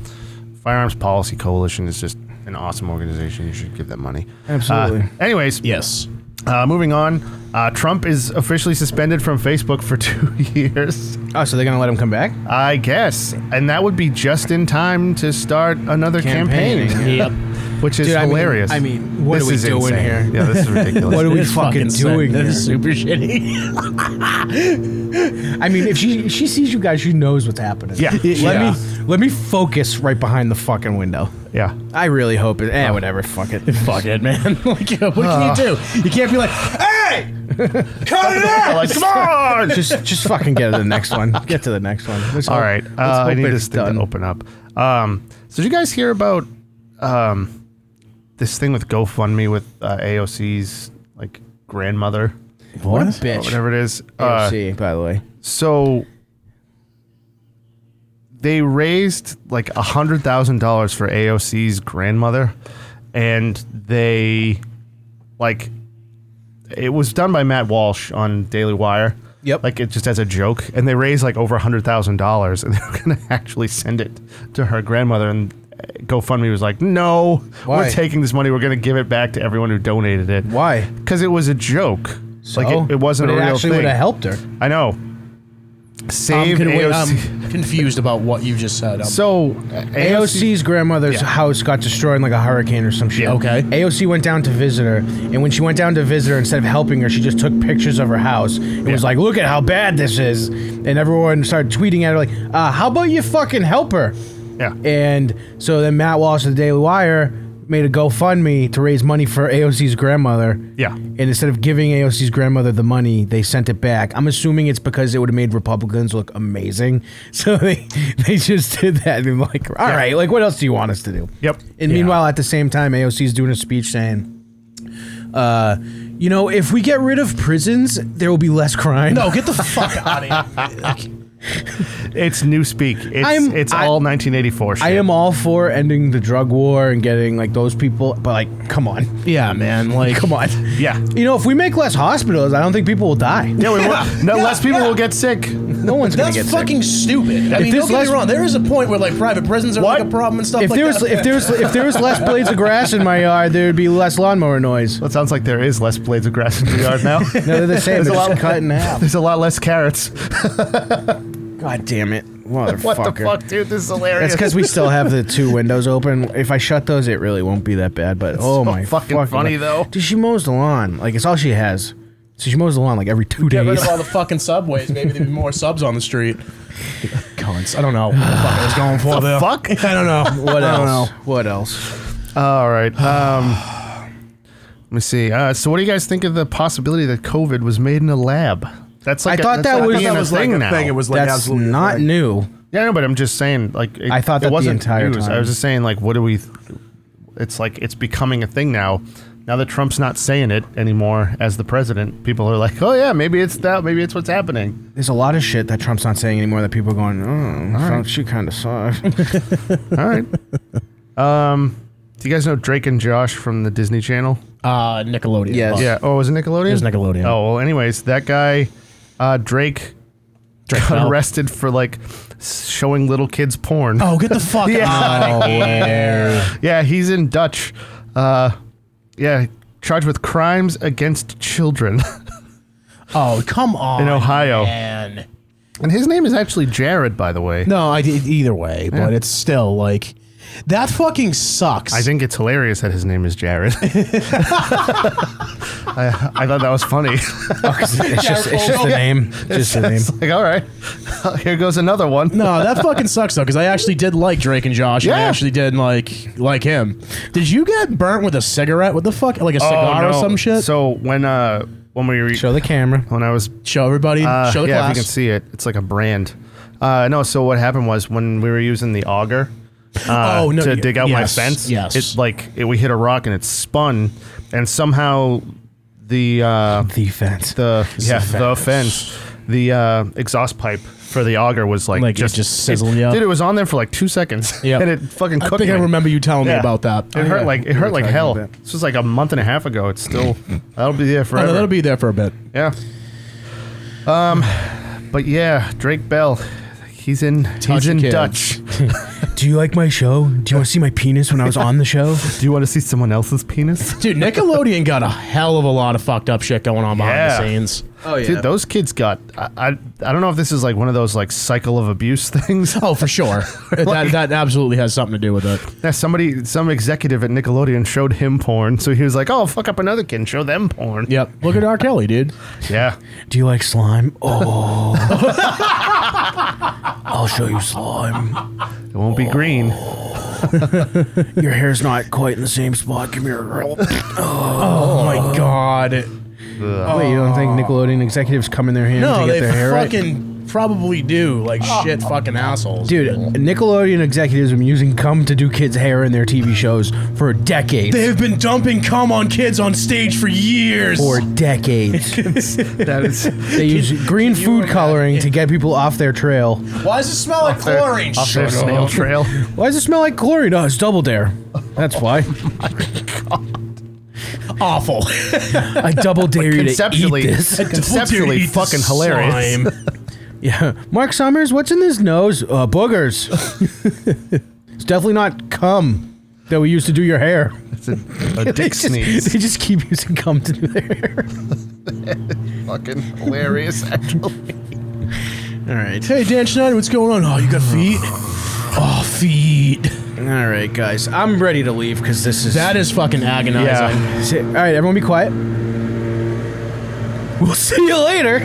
C: Firearms Policy Coalition is just an awesome organization. You should give them money.
B: Absolutely.
C: Uh, anyways,
A: Yes.
C: uh, moving on. Uh, Trump is officially suspended from Facebook for (laughs) two years.
B: oh, so they're gonna let him come back?
C: I guess, and that would be just in time to start another campaign,
B: Campaigning.
A: Yep.
C: which is
B: Dude, I mean-
C: hilarious.
B: I mean, what
C: This
B: are we
C: is
B: doing
C: insane.
B: here?
C: Yeah,
B: (laughs)
C: this is ridiculous.
B: What are we
A: It's
B: fucking
A: sick.
B: doing
A: That is
B: here?
A: super shitty.
B: (laughs) I mean, if she she sees you guys, she knows what's happening.
C: Yeah.
B: Let
A: Yeah.
B: me let me focus right behind the fucking window. (laughs)
C: yeah,
B: I really hope it.
C: Oh.
B: Eh, whatever.
C: (laughs)
B: Fuck it.
A: Fuck it, man. (laughs) like, what can you do? You can't be like, hey, cut it out.
C: like come on.
B: just just fucking get to the next one. Get to the next one. Let's
C: All
B: hope-
C: right,
B: let's
C: uh, I
B: hope
C: need
B: it's
C: this thing
B: done.
C: to open up. Um, so did you guys hear about um, this thing with GoFundMe with uh, AOC's like grandmother,
B: What a
A: What?
B: bitch.
C: Uh, whatever it is? Uh,
B: AOC, by the way.
C: So they raised like a hundred thousand dollars for AOC's grandmother, and they like it was done by Matt Walsh on Daily Wire.
B: Yep.
C: Like it just as a joke, and they raised like over a hundred thousand dollars, and (laughs) they were gonna actually send it to her grandmother. And uh, GoFundMe was like, "No,
B: Why?
C: we're taking this money. We're gonna give it back to everyone who donated it."
B: Why?
C: Because it was a joke. like
B: So?
C: it, it wasn't
B: But
C: a
B: it
C: real
B: actually
C: thing.
B: would have helped her.
C: I know. Save
A: I'm, con- wait,
C: AOC.
A: I'm confused about what you just said. Um,
C: So AOC,
B: AOC's grandmother's
A: Yeah.
B: house got destroyed in like a hurricane or some shit.
A: Yeah, okay.
B: AOC went down to visit her, and when she went down to visit her, instead of helping her, she just took pictures of her house. It was like, look at how bad this is, and everyone started tweeting at her like, uh, how about you fucking help her?
C: yeah,
B: And so then Matt Walsh of the Daily Wire made a GoFundMe to raise money for AOC's grandmother.
C: Yeah.
B: And instead of giving AOC's grandmother the money, they sent it back. I'm assuming it's because it would have made Republicans look amazing. (laughs) So they they just did that. And like, all right, like what else do you want us to do?
C: Yep.
B: And meanwhile, at the same time, AOC's doing a speech saying, uh, you know, if we get rid of prisons, there will be less crime.
A: no, Oh, get the fuck out
B: (laughs)
A: of here. Like,
C: it's new speak. It's
B: I'm-
C: it's
B: I-
C: all 1984. Shit.
B: (laughs) I am all for ending the drug war and getting like those people, but like, come on.
A: yeah, man. Like,
B: (laughs) Come on.
C: Yeah.
B: You know, if we make less hospitals, I don't think people will die.
C: Yeah, we won't. No,
A: Yeah,
C: less people
A: yeah.
C: will get sick.
B: No one's gonna
A: That's
B: get
A: fucking stupid. I
B: If
A: mean,
B: this
A: don't get
B: last-
A: me wrong. There is a point where like private prisons are like
C: What?
A: a problem and stuff
B: sick. If
A: like
B: there was (laughs)
A: that.
B: if there was if there was less blades of grass in my yard, there would be less lawnmower noise.
C: That sounds like there is less blades of grass in the yard now.
B: No, they're the
C: (laughs)
B: same.
C: There's
B: They're
C: a lot
B: just cut in half.
C: There's a lot less carrots.
B: God damn
A: (laughs)
B: it, motherfucker!
C: What the fuck, dude? This is hilarious.
B: That's because we still have
A: (laughs)
B: the two windows open. If I shut those, it really won't be that bad. But oh
C: so
B: my,
C: fucking funny, though.
B: Dude, she mows the lawn. Like it's all she has. So she mows the lawn like every two
A: Get rid
B: days.
A: of all the fucking subways. Maybe there'd be more subs on the
B: (laughs)
A: street. Cunts. I don't know what the fuck I was going for there.
C: fuck.
A: I don't know.
B: What
A: I don't
B: else?
A: know.
B: What else?
C: All right. Um, let me see. Uh, so, what do you guys think of the possibility that COVID was made in a lab? That's like
B: I
C: a-
B: thought
C: that's
B: that
C: like
B: was-
C: being
B: that
C: a
B: was
C: thing now.
H: thing. It was like
B: That's
H: absolutely
B: not
H: like-
B: new.
C: Yeah, no, but I'm just saying, like, it,
B: I thought that
C: it
B: the
C: wasn't
B: entire
C: news. I
B: time.
C: was just saying, like, what do we? It's like it's becoming a thing now. Now that Trump's not saying it anymore as the president, people are like, "Oh yeah, maybe it's that. Maybe it's what's happening."
B: There's a lot of shit that Trump's not saying anymore that people are going, oh, Trump, she kind of sucks.
C: All
B: (laughs)
C: right. um, do you guys know Drake and Josh from the Disney Channel?
A: (sighs) Uh, Nickelodeon.
B: Yes.
A: Yeah.
C: Yeah. Oh, was it Nickelodeon? It
A: was Nickelodeon.
C: Oh well. Anyways, that guy, uh, Drake, got
A: fell.
C: arrested for like showing little kids porn.
A: Oh, get the
B: (laughs)
A: fuck
C: Yeah.
A: out of here.
C: Yeah, he's in Dutch. Uh, yeah, charged with crimes against children (laughs)
A: Oh, come on.
C: in Ohio.
A: Man.
C: And his name is actually Jared, by the way.
A: No, I did either way, but it's still like that fucking sucks.
C: I think it's hilarious that his name is Jared. (laughs) I, I thought that was funny. (laughs)
B: it's just, it's just the name. Just the name.
C: It's like, all right, (laughs) here goes another one.
A: No, that fucking sucks though, because I actually did like Drake and Josh, and I
C: Yeah.
A: actually did like like him. Did you get burnt with a cigarette? What the fuck, like a cigar
C: Oh,
A: or
C: no.
A: some shit?
C: So when uh when we re-
B: Show the camera.
C: when I was
A: show everybody,
C: Uh,
A: show the
C: yeah,
A: class.
C: if you can see it, it's like a brand. Uh, no, so what happened was when we were using the auger uh,
A: Oh, no,
C: to
A: y-
C: dig out
A: yes,
C: my fence,
A: yes.
C: it like it, we hit a rock and it spun, and somehow the uh,
B: Defense.
C: the yeah the
A: fence.
C: fence the uh, exhaust pipe for the auger was like,
A: Like, it
C: just
A: just sizzled you up.
C: Dude, it was on there for like two seconds,
A: (laughs) Yep.
C: and it fucking
A: I
C: cooked.
A: think I
C: me.
A: remember you telling me
C: Yeah.
A: about that.
C: It hurt like it hurt like hell. This was like a month and a half ago. It's still that'll be there
A: Oh,
C: forever.
A: no, that'll be there for a bit.
C: Yeah. Um, but yeah, Drake Bell, he's in
A: Touch
C: he's in
A: kids.
C: Dutch.
B: Do you like my show? Do you want to see my penis when I was on the show?
C: Do you want to see someone else's penis?
A: Dude, Nickelodeon got a hell of a lot of fucked up shit going on behind
C: Yeah.
A: the scenes.
B: (laughs) Oh, yeah.
C: Dude, those kids got. I, I I don't know if this is like one of those like cycle of abuse (laughs) things.
A: Oh, for sure.
C: (laughs)
A: that, that absolutely has something to do with it.
C: Yeah, somebody, some executive at Nickelodeon showed him porn, so he was like, "Oh, fuck up another kid, and show them porn."
A: Yep. Look at R. Kelly, dude.
C: Yeah.
B: Do you like slime? Oh. (laughs) I'll show you slime.
C: It won't
B: Oh.
C: be green.
B: Your hair's not quite in the same spot. Give me your girl.
A: Oh my god.
B: Wait, you don't think Nickelodeon executives come in their hands
A: No,
B: and get
A: they
B: their hair right?
A: fucking probably do like
C: Ah.
A: shit fucking assholes.
B: Dude, Nickelodeon executives have been using cum to do kids' hair in their TV shows for decades.
A: They have been dumping cum on kids on stage for years.
B: for decades.
C: That is
B: they use green food coloring to get people off their trail.
A: Why does it smell like chlorine?
C: off their
A: Shut
C: snail
A: up.
C: trail.
B: Why does it smell like chlorine? Oh, it's Double Dare. That's why.
A: Awful.
B: I double dare you
C: Conceptually,
B: to eat
A: (laughs)
B: this.
A: Dude,
C: conceptually
A: eat
C: fucking
A: the
C: hilarious.
A: slime.
B: (laughs) Yeah, Mark Summers, what's in his nose? Uh, (laughs) boogers. it's definitely not cum that we used to do your hair.
C: It's a, (laughs) a
B: They
C: dick
B: just,
C: sneeze.
B: (laughs) They just keep using cum to do their hair.
C: fucking hilarious, actually.
B: (laughs) All right,
A: Hey, Dan Schneider, what's going on? Oh, you got
B: (sighs)
A: feet? Oh, feet.
B: all right, guys, I'm ready to leave because this is
A: That is fucking agonizing.
C: Yeah.
B: Say- All right, everyone, be quiet. We'll see you later.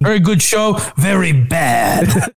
H: Very good show, very bad.